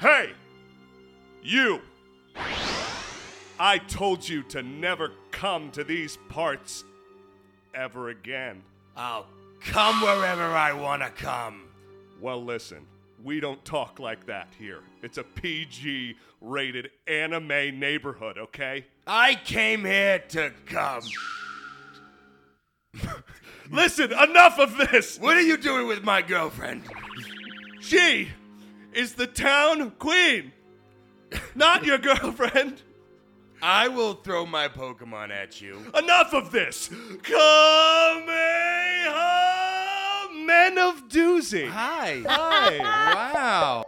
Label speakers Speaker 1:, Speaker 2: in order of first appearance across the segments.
Speaker 1: Hey, you! I told you to never come to these parts ever again.
Speaker 2: I'll come wherever I want to come.
Speaker 1: Well, listen, we don't talk like that here. It's a PG rated anime neighborhood, okay?
Speaker 2: I came here to come.
Speaker 1: Listen, enough of this!
Speaker 2: What are you doing with my girlfriend?
Speaker 1: She is the town queen, not your girlfriend.
Speaker 2: I will throw my Pokemon at you.
Speaker 1: Enough of this! Kamehameha! Men of Doozy!
Speaker 2: Hi.
Speaker 1: Hi!
Speaker 2: wow.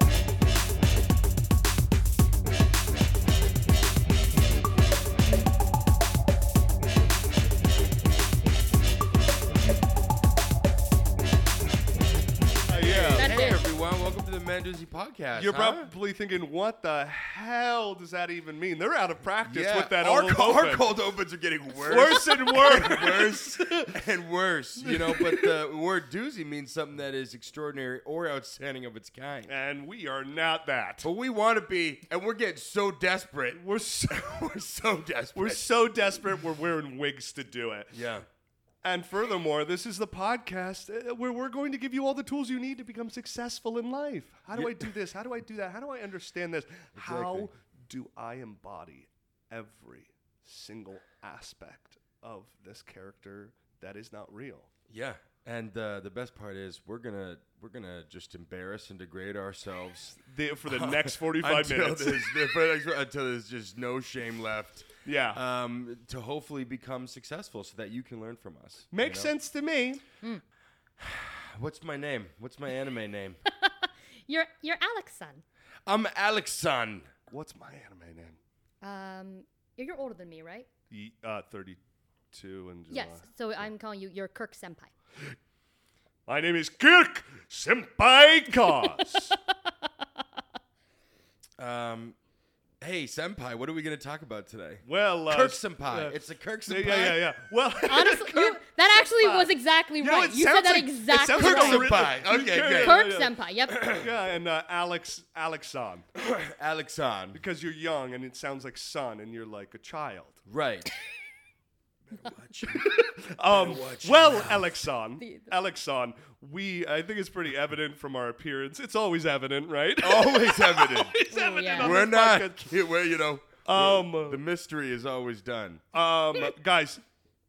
Speaker 1: Uh, yeah.
Speaker 2: Hey everyone, welcome to the Mandoozy podcast.
Speaker 1: You're
Speaker 2: huh?
Speaker 1: probably thinking, what the hell does that even mean? They're out of practice
Speaker 2: yeah.
Speaker 1: with that
Speaker 2: our,
Speaker 1: old
Speaker 2: co- our
Speaker 1: open.
Speaker 2: cold opens are getting worse.
Speaker 1: Worse and worse.
Speaker 2: worse and worse, you know. But the word doozy means something that is extraordinary or outstanding of its kind.
Speaker 1: and we are not that.
Speaker 2: But we want to be, and we're getting so desperate.
Speaker 1: We're so,
Speaker 2: We're so desperate.
Speaker 1: we're so desperate we're wearing wigs to do it.
Speaker 2: yeah.
Speaker 1: And furthermore, this is the podcast uh, where we're going to give you all the tools you need to become successful in life. How do I do this? How do I do that? How do I understand this? How
Speaker 2: Exactly.
Speaker 1: do I embody every single aspect of this character that is not real?
Speaker 2: Yeah, and uh, the best part is we're gonna we're gonna just embarrass and degrade ourselves
Speaker 1: The, for the next 45
Speaker 2: until
Speaker 1: minutes.
Speaker 2: there's, for the next- until there's just no shame left.
Speaker 1: Yeah.
Speaker 2: Um, to hopefully become successful so that you can learn from us. you
Speaker 1: Makes
Speaker 2: know?
Speaker 1: sense to me.
Speaker 2: What's my name? What's my anime name?
Speaker 3: You're you're Alex's son.
Speaker 2: I'm Alex Sun.
Speaker 1: What's my anime name?
Speaker 3: Um, you're you're older than me, right?
Speaker 1: E, uh, 32 in July.
Speaker 3: Yes. So I'm calling you. You're Kirk Senpai.
Speaker 1: My name is Kirk Senpai Cause.
Speaker 2: Um, hey senpai, what are we gonna talk about today?
Speaker 1: well, uh,
Speaker 2: Kirk senpai.
Speaker 1: uh,
Speaker 2: it's a Kirk
Speaker 1: Yeah,
Speaker 2: senpai.
Speaker 1: yeah, yeah, yeah. Well,
Speaker 3: Honestly, you, that actually was exactly
Speaker 1: You know,
Speaker 3: Um, right.
Speaker 1: it
Speaker 3: you said
Speaker 1: sounds
Speaker 3: that
Speaker 1: like- it
Speaker 3: exactly
Speaker 1: sounds
Speaker 2: Kirk
Speaker 1: like a
Speaker 3: right.
Speaker 1: re-
Speaker 2: senpai. Okay,
Speaker 1: Yeah,
Speaker 2: great.
Speaker 1: yeah,
Speaker 3: Kirk
Speaker 1: yeah.
Speaker 3: Senpai. Yep.
Speaker 1: Yeah, and uh, Alex, Alexon,
Speaker 2: Alex Sun.
Speaker 1: because you're young and it sounds like son, and you're like a child.
Speaker 2: Right.
Speaker 1: Um,
Speaker 2: watch
Speaker 1: well, Alexon,
Speaker 3: The-
Speaker 1: Alexon, we, I think it's pretty evident from our appearance. It's always evident, right?
Speaker 2: Always evident.
Speaker 1: it's evident.
Speaker 3: yeah.
Speaker 1: on
Speaker 2: Oh, We're
Speaker 1: this
Speaker 2: not. We're, you know.
Speaker 1: podcast.
Speaker 2: The mystery is always done.
Speaker 1: Um, um, guys,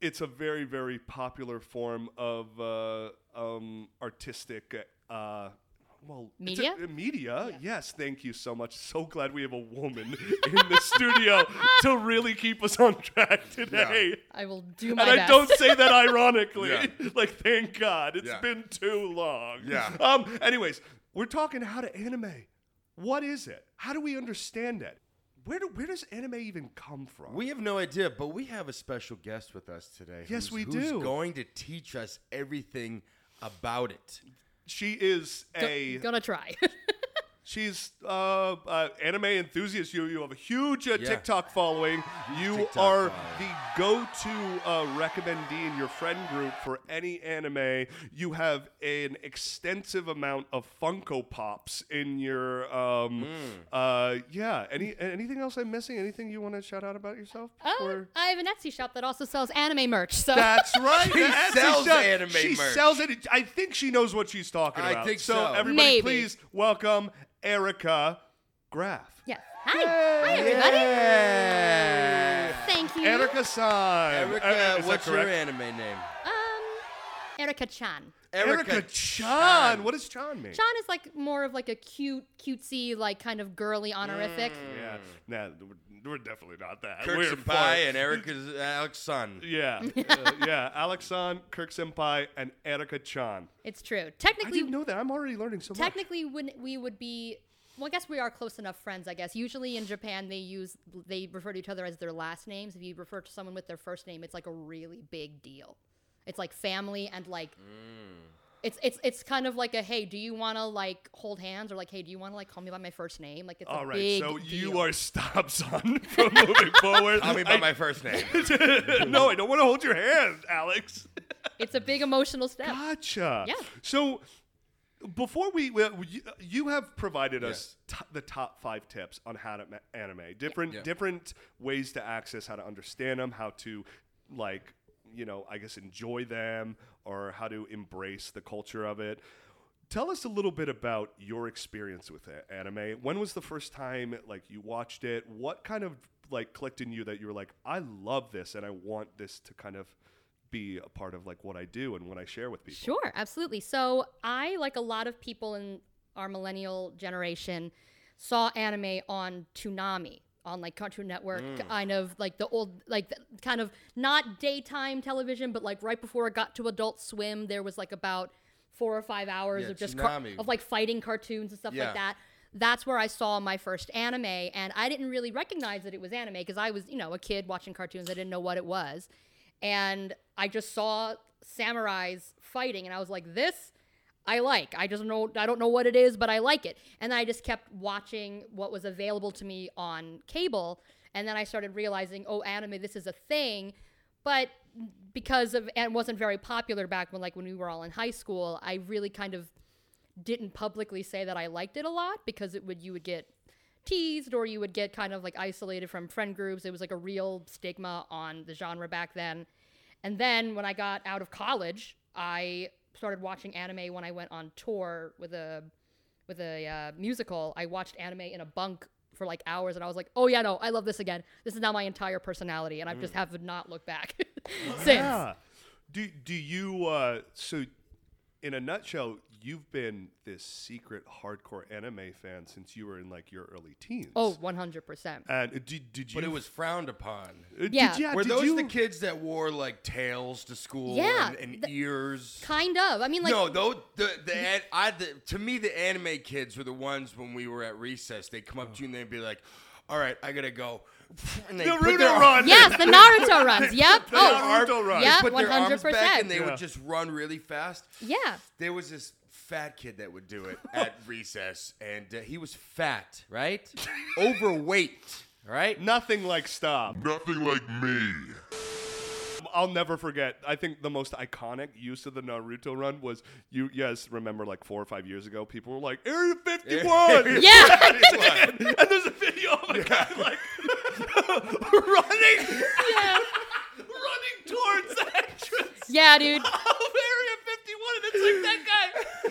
Speaker 1: it's a very, very popular form of uh, um, artistic. Uh, well, it's a-
Speaker 3: Media?
Speaker 1: uh, media, yes. Thank you so much. So glad we have a woman in the studio to really keep us on track today.
Speaker 3: I will do my
Speaker 1: And I
Speaker 3: best.
Speaker 1: don't say that ironically.
Speaker 2: Yeah.
Speaker 1: Like, thank God, it's
Speaker 2: Yeah.
Speaker 1: been too long.
Speaker 2: Yeah.
Speaker 1: Um. Anyways, we're talking how to anime. What is it? How do we understand it? Where do where does anime even come from?
Speaker 2: We have no idea, but we have a special guest with us today.
Speaker 1: Yes,
Speaker 2: who's-
Speaker 1: we
Speaker 2: who's
Speaker 1: do.
Speaker 2: going to teach us everything about it.
Speaker 1: She is
Speaker 3: Go-
Speaker 1: a
Speaker 3: Gonna try.
Speaker 1: she's uh, uh anime enthusiast. You you have a huge uh,
Speaker 2: Yeah.
Speaker 1: TikTok following. You
Speaker 2: TikTok
Speaker 1: are
Speaker 2: following.
Speaker 1: the go-to uh, recommendee in your friend group for any anime. You have an extensive amount of Funko Pops in your um
Speaker 2: Hmm.
Speaker 1: uh yeah. Any anything else I'm missing? Anything you want to shout out about yourself?
Speaker 3: oh,
Speaker 1: before-
Speaker 3: I have an Etsy shop that also sells anime merch. So
Speaker 1: That's right.
Speaker 2: She
Speaker 1: the Etsy
Speaker 2: sells
Speaker 1: shop.
Speaker 2: anime
Speaker 1: She
Speaker 2: merch.
Speaker 1: sells it. I think she knows what she's talking
Speaker 2: I
Speaker 1: about.
Speaker 2: think so.
Speaker 1: everybody,
Speaker 3: Maybe.
Speaker 1: please welcome Erica Graff.
Speaker 3: yes. Hi. Hi everybody.
Speaker 2: Yeah.
Speaker 3: Thank you.
Speaker 1: Erica San.
Speaker 2: Erica, what's your anime name?
Speaker 3: Um, Erica Chan.
Speaker 1: Erica, Chan. What does Chan mean?
Speaker 3: Chan is like more of like a cute, cutesy, like kind of girly honorific.
Speaker 1: Yeah. Nah, we're- we're definitely not that.
Speaker 2: Kirk
Speaker 1: we're far-
Speaker 2: Senpai and Erica's Alex Sun.
Speaker 1: Yeah. uh, yeah. Alex San, Kirk Senpai, and Erica Chan.
Speaker 3: It's true.
Speaker 1: I
Speaker 3: Technically,
Speaker 1: didn't know that. I'm already learning so much.
Speaker 3: technically when we would be well i guess we are close enough friends i guess usually in japan they use they refer to each other as their last names if you refer to someone with their first name it's like a really big deal it's like family and like
Speaker 1: Mm.
Speaker 3: it's it's it's kind of like a hey do you want to like hold hands or like hey do you want to like call me by my first name like it's
Speaker 1: All
Speaker 3: a
Speaker 1: right.
Speaker 3: big
Speaker 1: so you
Speaker 3: deal.
Speaker 1: are stops on from moving forward.
Speaker 2: Call me
Speaker 1: I
Speaker 2: by my first name.
Speaker 1: no, I don't want to hold your hand, Alex.
Speaker 3: it's a big emotional step
Speaker 1: Gotcha.
Speaker 3: Yeah.
Speaker 1: So Before we, we you- you have provided us t- the top five tips on how to ma- anime, different
Speaker 2: Yeah.
Speaker 1: different ways to access, how to understand them, how to like you know, I guess enjoy them or how to embrace the culture of it. Tell us a little bit about your experience with a- anime. When was the first time like you watched it? What kind of like clicked in you that you were like, I love this and I want this to kind of be a part of like what I do and what I share with people.
Speaker 3: Sure, absolutely. So I, like a lot of people in our millennial generation, saw anime on Toonami, on like Cartoon Network,
Speaker 2: Mm.
Speaker 3: kind of like the old, like the, kind of not daytime television, but like right before it got to Adult Swim, there was like about four or five hours
Speaker 2: Yeah,
Speaker 3: of just car-
Speaker 2: Toonami.
Speaker 3: of like fighting cartoons and stuff
Speaker 2: Yeah.
Speaker 3: like that. That's where I saw my first anime, and I didn't really recognize that it was anime because I was, you know, a kid watching cartoons. I didn't know what it was, and I just saw samurais fighting, and I was like, "This, I like. I just know I don't know what it is, but I like it." And then I just kept watching what was available to me on cable, and then I started realizing, "Oh, anime, this is a thing." but because of and it wasn't very popular back when like when we were all in high school i really kind of didn't publicly say that i liked it a lot because it would you would get teased or you would get kind of like isolated from friend groups it was like a real stigma on the genre back then and then when i got out of college i started watching anime when i went on tour with a with a uh, musical i watched anime in a bunk for like hours and i was like oh yeah no i love this again this is now my entire personality and i have just have not looked back since
Speaker 1: Yeah. Do do you uh so in a nutshell, you've been this secret hardcore anime fan since you were in like your early teens.
Speaker 3: oh 100%
Speaker 1: and uh, did, did you?
Speaker 2: But it was frowned upon.
Speaker 1: uh, did-
Speaker 3: Yeah.
Speaker 1: yeah.
Speaker 2: Were
Speaker 1: did
Speaker 2: those
Speaker 1: you,
Speaker 2: the kids that wore like tails to school
Speaker 3: Yeah,
Speaker 2: and, and
Speaker 3: th-
Speaker 2: ears?
Speaker 3: kind of i mean like
Speaker 2: no, though the the, an, I, the to me the anime kids were the ones when we were at recess. They would come up to you and they'd be like, "All right, I gotta go." And they
Speaker 1: Naruto run.
Speaker 3: yes the naruto runs yep
Speaker 1: The
Speaker 3: oh
Speaker 1: Naruto run.
Speaker 3: yeah
Speaker 2: put their arms back and
Speaker 3: 100%
Speaker 2: they
Speaker 1: Yeah.
Speaker 2: would just run really fast.
Speaker 3: yeah
Speaker 2: There was this fat kid that would do it at recess, and uh, he was fat, right? Overweight, right?
Speaker 1: Nothing like stop.
Speaker 4: Nothing like me.
Speaker 1: I'll never forget. I think the most iconic use of the Naruto run was you. Yes, remember like four or five years ago, people were like Area Fifty One.
Speaker 3: yeah
Speaker 1: and there's a video of a guy like running, running
Speaker 3: yeah
Speaker 1: towards the entrance.
Speaker 3: yeah dude
Speaker 1: of Area 51, and it's like that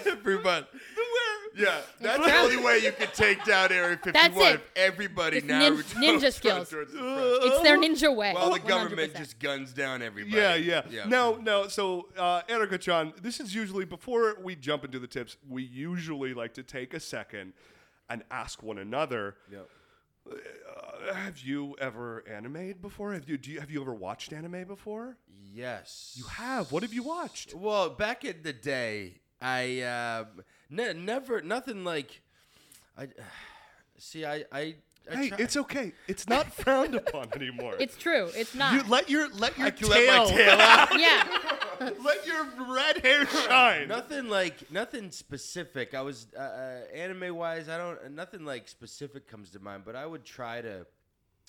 Speaker 1: guy.
Speaker 2: Everybody.
Speaker 1: Where?
Speaker 2: Yeah, that's the only way you could take down Area 51
Speaker 3: it.
Speaker 2: if everybody
Speaker 3: Just
Speaker 2: now
Speaker 3: nin-
Speaker 2: returns
Speaker 3: ninja
Speaker 2: to
Speaker 3: skills.
Speaker 2: towards the front.
Speaker 3: it's their ninja way
Speaker 2: Oh. While the
Speaker 3: 100%.
Speaker 2: government just guns down everybody.
Speaker 1: Yeah, yeah, No, no. So, uh, Erica Chan, this is usually before we jump into the tips. We usually like to take a second and ask one another.
Speaker 2: Yep.
Speaker 1: uh, have you ever animated before? Have you do you have you ever watched anime before?
Speaker 2: Yes.
Speaker 1: You have. What have you watched?
Speaker 2: Well, back in the day, I um, ne- never nothing like I see. I I, I
Speaker 1: Hey,
Speaker 2: try-
Speaker 1: it's okay. It's not frowned upon anymore.
Speaker 3: it's true it's not
Speaker 1: you let your let your
Speaker 2: I can let my tail out.
Speaker 3: yeah
Speaker 1: let your red hair shine.
Speaker 2: nothing like nothing specific. I was uh, uh, anime wise. I don't nothing like specific comes to mind, but I would try to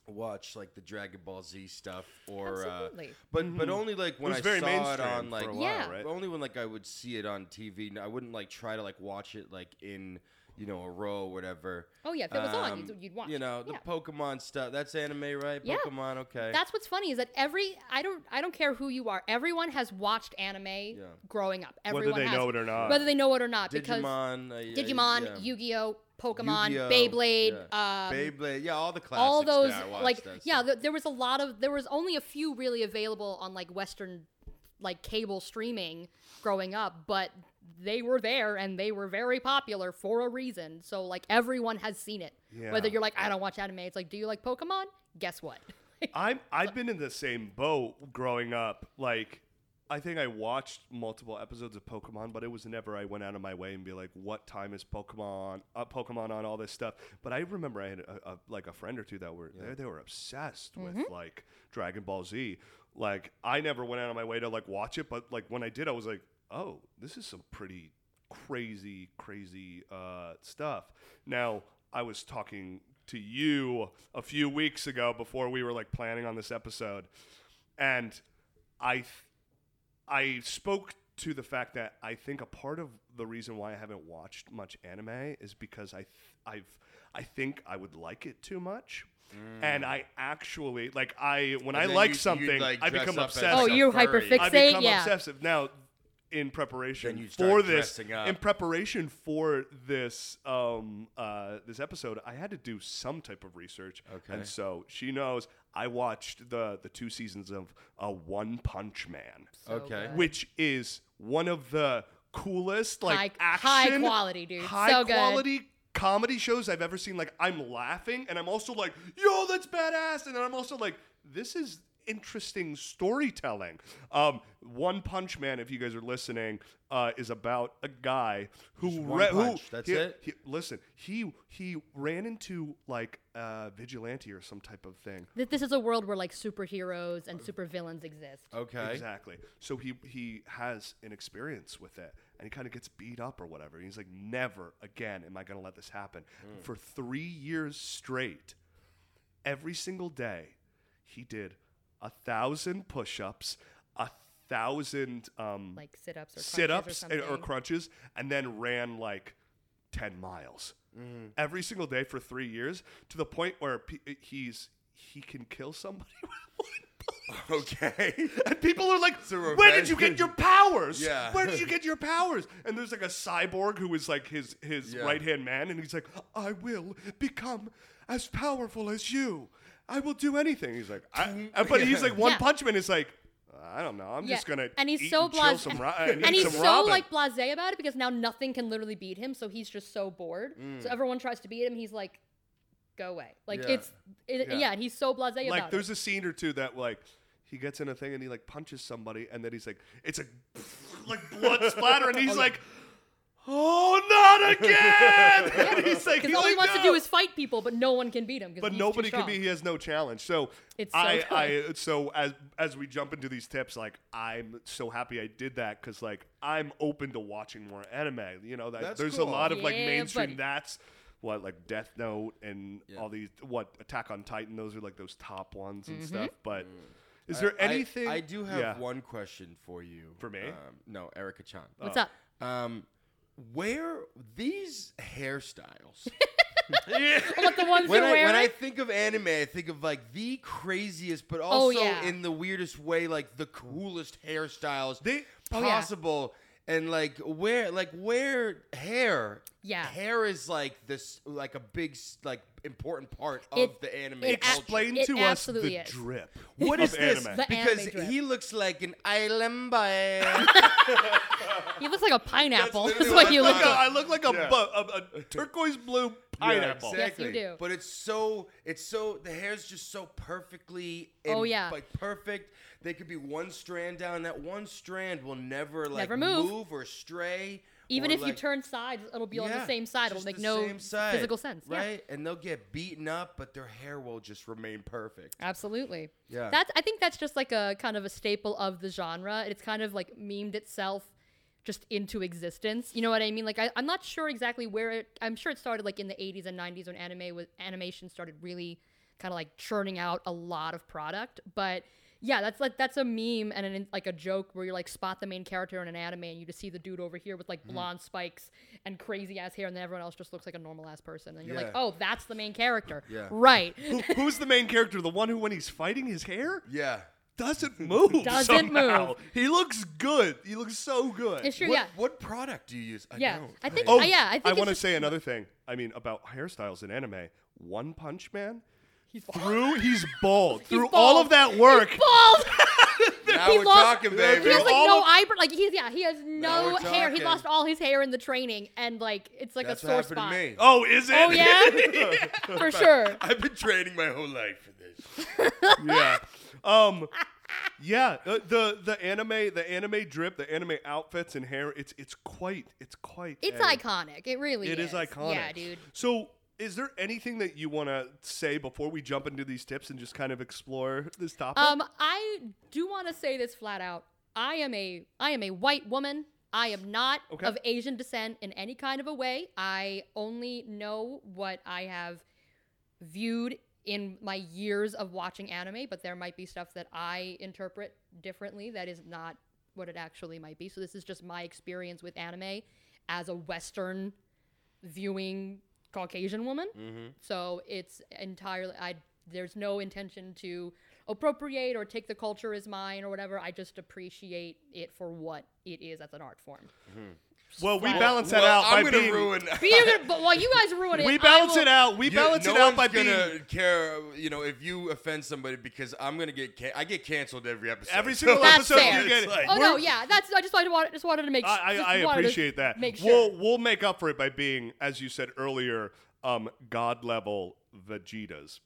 Speaker 2: watch like the Dragon Ball Z stuff or uh,
Speaker 3: Absolutely.
Speaker 2: but but only like when
Speaker 1: Mm-hmm. was
Speaker 2: I
Speaker 1: very
Speaker 2: saw it
Speaker 1: mainstream
Speaker 2: on
Speaker 1: for
Speaker 2: like
Speaker 1: a
Speaker 3: while, Yeah.
Speaker 1: right?
Speaker 2: only when like I would see it on TV. No, I wouldn't like try to like watch it like in you know a row or whatever.
Speaker 3: oh yeah if it was on
Speaker 2: Um,
Speaker 3: you'd, you'd watch
Speaker 2: You know the
Speaker 3: yeah.
Speaker 2: Pokemon stuff. That's anime, right?
Speaker 3: Yeah.
Speaker 2: Pokemon. Okay.
Speaker 3: That's what's funny is that every I don't I don't care who you are. Everyone has watched anime growing up. Everyone
Speaker 1: they
Speaker 3: has,
Speaker 1: know it or not.
Speaker 3: Whether they know it or not, because
Speaker 2: Digimon. uh, yeah,
Speaker 3: Digimon,
Speaker 2: yeah.
Speaker 3: Yu-Gi-Oh, Pokemon,
Speaker 2: Yu-Gi-Oh,
Speaker 3: Beyblade,
Speaker 2: yeah.
Speaker 3: um,
Speaker 2: Beyblade, yeah, all the classics.
Speaker 3: all those
Speaker 2: that I watched,
Speaker 3: like
Speaker 2: that
Speaker 3: yeah.
Speaker 2: stuff.
Speaker 3: Th- there was a lot of there was only a few really available on like Western like cable streaming growing up, but they were there and they were very popular for a reason. So like everyone has seen it. Whether
Speaker 1: Yeah.
Speaker 3: you're like I don't watch anime, it's like do you like Pokemon? Guess what?
Speaker 1: I'm I've been in the same boat growing up. Like I think I watched multiple episodes of Pokemon, but it was never I went out of my way and be like, "What time is Pokemon? Uh, Pokemon on all this stuff." But I remember I had a, a, like a friend or two that were they, they were obsessed with like Dragon Ball Z. Like I never went out of my way to like watch it, but like when I did, I was like, "Oh, this is some pretty crazy, crazy uh, stuff." Now I was talking to you a few weeks ago before we were like planning on this episode, and I, I spoke to the fact that I think a part of the reason why I haven't watched much anime is because I th- I've I think I would like it too much. And I actually like I when I
Speaker 2: Mm. then
Speaker 1: like
Speaker 2: you- you'd,
Speaker 1: something
Speaker 2: like,
Speaker 1: I
Speaker 2: dress
Speaker 1: become
Speaker 2: up as,
Speaker 1: obsessed.
Speaker 3: Oh,
Speaker 2: like, a
Speaker 3: you
Speaker 2: furry.
Speaker 3: hyperfixate?
Speaker 1: I
Speaker 3: Say,
Speaker 1: become
Speaker 3: yeah.
Speaker 1: obsessive now. In preparation
Speaker 2: Then you start
Speaker 1: for this,
Speaker 2: dressing up.
Speaker 1: in preparation for this, um, uh, this episode, I had to do some type of research,
Speaker 2: Okay.
Speaker 1: and so she knows. I watched the the two seasons of uh, One Punch Man,
Speaker 3: So
Speaker 2: Okay.
Speaker 3: good.
Speaker 1: which is one of the coolest, like
Speaker 3: High-
Speaker 1: action,
Speaker 3: high quality, dude.
Speaker 1: high
Speaker 3: So good.
Speaker 1: quality comedy shows I've ever seen. Like I'm laughing, and I'm also like, yo, that's badass, and then I'm also like, this is interesting storytelling. Um, One Punch Man, if you guys are listening, uh, is about a guy who
Speaker 2: one
Speaker 1: re- who
Speaker 2: punch, that's
Speaker 1: he-
Speaker 2: it?
Speaker 1: he- listen, he he ran into like a vigilante or some type of thing.
Speaker 3: Th- This is a world where like superheroes and supervillains exist.
Speaker 2: Okay.
Speaker 1: Exactly. So he he has an experience with it, and he kind of gets beat up or whatever. And he's like, "Never again am I going to let this happen."
Speaker 3: Hmm.
Speaker 1: For three years straight, every single day, he did a thousand push-ups, a thousand um,
Speaker 3: Like sit ups or
Speaker 1: sit ups
Speaker 3: crunches or
Speaker 1: and- or
Speaker 3: something.
Speaker 1: crunches, and then ran like 10 miles
Speaker 3: Mm-hmm.
Speaker 1: every single day for three years to the point where pe- he's he can kill somebody with one punch.
Speaker 2: Okay.
Speaker 1: And people are like,
Speaker 2: a
Speaker 1: "Where did you get
Speaker 2: revenge-
Speaker 1: your powers?
Speaker 2: Yeah.
Speaker 1: Where did you get your powers?" And there's like a cyborg who is like his his
Speaker 2: Yeah.
Speaker 1: right hand man, and he's like, "I will become as powerful as you. I will do anything." He's like, I, uh, but he's like One
Speaker 3: Yeah.
Speaker 1: Punch Man is like, "I don't know. I'm
Speaker 3: Yeah,
Speaker 1: just gonna
Speaker 3: and he's
Speaker 1: eat
Speaker 3: so
Speaker 1: and chill
Speaker 3: blase-
Speaker 1: some ro- and,
Speaker 3: and
Speaker 1: eat
Speaker 3: he's
Speaker 1: some
Speaker 3: so
Speaker 1: ramen."
Speaker 3: like blasé about it because now nothing can literally beat him, so he's just so bored. So everyone tries to beat him, he's like, "Go away!" Like
Speaker 2: Yeah.
Speaker 3: it's, it,
Speaker 1: Mm. Yeah.
Speaker 3: yeah. and he's so blasé about
Speaker 1: like
Speaker 3: it.
Speaker 1: there's a scene or two that like he gets in a thing and he like punches somebody and then he's like it's a like blood splatter and he's like oh not again and he's like
Speaker 3: Because
Speaker 1: he's
Speaker 3: all he
Speaker 1: like,
Speaker 3: wants to
Speaker 1: "No."
Speaker 3: do is fight people, but no one can beat him. 'cause
Speaker 1: but
Speaker 3: he's
Speaker 1: nobody
Speaker 3: too
Speaker 1: can be
Speaker 3: strong.
Speaker 1: he has no challenge so
Speaker 3: It's so
Speaker 1: i
Speaker 3: good.
Speaker 1: i so as as we jump into these tips like i'm so happy i did that because like i'm open to watching more anime you know that
Speaker 2: That's
Speaker 1: there's
Speaker 2: cool.
Speaker 1: a lot of like
Speaker 3: Yeah,
Speaker 1: mainstream
Speaker 3: buddy.
Speaker 1: that's what like Death Note and
Speaker 2: Yeah.
Speaker 1: all these what Attack on Titan those are like those top ones
Speaker 3: Mm-hmm.
Speaker 1: and stuff but is
Speaker 2: I-
Speaker 1: there
Speaker 2: Mm. I-
Speaker 1: anything
Speaker 2: I, do have
Speaker 1: Yeah.
Speaker 2: one question for you.
Speaker 1: For me?
Speaker 2: Um, no, Erica Chan.
Speaker 3: What's up?
Speaker 1: Oh.
Speaker 2: Um, where these hairstyles?
Speaker 3: What the ones
Speaker 2: when
Speaker 3: you're
Speaker 2: I
Speaker 3: wearing?
Speaker 2: when I think of anime, I think of like the craziest, but
Speaker 3: Oh,
Speaker 2: also
Speaker 3: yeah.
Speaker 2: in the weirdest way, like the coolest hairstyles
Speaker 1: They-
Speaker 3: Oh, yeah.
Speaker 2: possible. And like where, like where hair?
Speaker 3: Yeah.
Speaker 2: hair is like this, like a big, s- like important part of
Speaker 3: It-
Speaker 2: the anime.
Speaker 3: it
Speaker 2: culture.
Speaker 1: explain
Speaker 3: It
Speaker 1: to us
Speaker 3: absolutely
Speaker 1: the
Speaker 3: is.
Speaker 1: drip
Speaker 2: What
Speaker 1: of
Speaker 2: is this?
Speaker 1: anime.
Speaker 3: The
Speaker 2: because
Speaker 3: anime drip.
Speaker 2: he looks like an island boy.
Speaker 3: he looks like a pineapple. That's
Speaker 2: literally
Speaker 3: what
Speaker 2: what
Speaker 3: you
Speaker 2: I
Speaker 3: look
Speaker 2: thought.
Speaker 3: like.
Speaker 1: I look like a,
Speaker 2: Yeah.
Speaker 1: bu- a- a turquoise blue pineapple
Speaker 3: Yes, you do.
Speaker 2: But it's so it's so the hair's just so perfectly
Speaker 3: Oh,
Speaker 2: in-
Speaker 3: yeah.
Speaker 2: like perfect. They could be one strand down. That one strand will never like
Speaker 3: Never move.
Speaker 2: or stray.
Speaker 3: Even
Speaker 2: or,
Speaker 3: if you
Speaker 2: like-
Speaker 3: turn sides, it'll be on the
Speaker 2: Yeah,
Speaker 3: same side. It'll
Speaker 2: just
Speaker 3: make
Speaker 2: the
Speaker 3: no
Speaker 2: same side,
Speaker 3: physical sense. Yeah.
Speaker 2: right? And they'll get beaten up, but their hair will just remain perfect.
Speaker 3: Absolutely.
Speaker 2: Yeah.
Speaker 3: That's I think that's just like a kind of a staple of the genre. It's kind of like memed itself just into existence. You know what I mean? Like I, I'm not sure exactly where it I'm sure it started like in the eighties and nineties when anime was animation started really kind of like churning out a lot of product. But yeah, that's like that's a meme and an, like a joke where you like spot the main character in an anime and you just see the dude over here with like
Speaker 2: Mm-hmm.
Speaker 3: blonde spikes and crazy ass hair and then everyone else just looks like a normal ass person and you're like,
Speaker 2: Yeah.
Speaker 3: "Oh, that's the main character."
Speaker 2: Yeah.
Speaker 3: Right.
Speaker 1: Who- who's the main character the one who when he's fighting his hair
Speaker 2: Yeah.
Speaker 1: doesn't move
Speaker 3: Doesn't
Speaker 1: somehow.
Speaker 3: move.
Speaker 1: he looks good he looks so good
Speaker 3: It's true,
Speaker 2: What,
Speaker 3: yeah.
Speaker 2: what product do you use? I
Speaker 3: Yeah,
Speaker 2: don't.
Speaker 3: I think.
Speaker 1: Oh,
Speaker 3: uh, yeah, I think. it's
Speaker 1: want to
Speaker 3: just-
Speaker 1: say another thing. I mean, about hairstyles in anime. One Punch Man, through he's bald through all of
Speaker 3: bald.
Speaker 1: that work.
Speaker 3: Bald.
Speaker 2: now
Speaker 3: He
Speaker 2: we're
Speaker 3: lost-
Speaker 2: talking,
Speaker 1: Yeah,
Speaker 2: baby.
Speaker 3: he has like
Speaker 1: All
Speaker 3: no
Speaker 1: of-
Speaker 3: eyebrow. Like he's yeah, he has
Speaker 2: Now
Speaker 3: no
Speaker 2: we're
Speaker 3: hair. He
Speaker 2: talking.
Speaker 3: lost all his hair in the training, and like it's like
Speaker 2: That's
Speaker 3: a
Speaker 2: what
Speaker 3: sore
Speaker 2: happened
Speaker 3: spot.
Speaker 2: to me.
Speaker 1: Oh, is it?
Speaker 3: Oh yeah, for sure.
Speaker 2: I've been training my whole life for this.
Speaker 1: yeah. Um, yeah. uh, The the anime the anime drip the anime outfits and hair. It's it's quite it's quite.
Speaker 3: It's
Speaker 1: a-
Speaker 3: iconic. It really.
Speaker 1: It is iconic.
Speaker 3: Yeah, dude.
Speaker 1: So. Is there anything that you want to say before we jump into these tips and just kind of explore this topic?
Speaker 3: Um, I do want to say this flat out. I am a I am a white woman. I am not
Speaker 1: Okay.
Speaker 3: of Asian descent in any kind of a way. I only know what I have viewed in my years of watching anime, but there might be stuff that I interpret differently that is not what it actually might be. So this is just my experience with anime as a Western viewing Caucasian woman. So it's entirely I there's no intention to appropriate or take the culture as mine or whatever. I just appreciate it for what it is as an art form.
Speaker 1: Well, we
Speaker 3: Well-
Speaker 1: balance that
Speaker 2: well,
Speaker 1: out
Speaker 2: I'm
Speaker 1: by
Speaker 2: gonna
Speaker 1: being.
Speaker 2: ruin.
Speaker 3: But, you're gonna, but while you guys ruin it,
Speaker 1: We
Speaker 3: I
Speaker 1: balance
Speaker 3: will-
Speaker 1: it out. We
Speaker 2: You-
Speaker 1: balance
Speaker 2: no
Speaker 1: it out by
Speaker 2: one's gonna
Speaker 1: being.
Speaker 2: care. You know, if you offend somebody, because I'm gonna get ca- I get canceled every episode.
Speaker 1: Every single
Speaker 3: That's
Speaker 1: episode
Speaker 3: fair.
Speaker 1: you get it.
Speaker 2: It's like-
Speaker 3: Oh no,
Speaker 1: We're-
Speaker 3: yeah, that's. I just I wanted, just wanted to make.
Speaker 1: I,
Speaker 3: just
Speaker 1: I, I
Speaker 3: wanted to
Speaker 1: appreciate that.
Speaker 3: Make sure.
Speaker 1: We'll we'll make up for it by being, as you said earlier, um, god level Vegetas,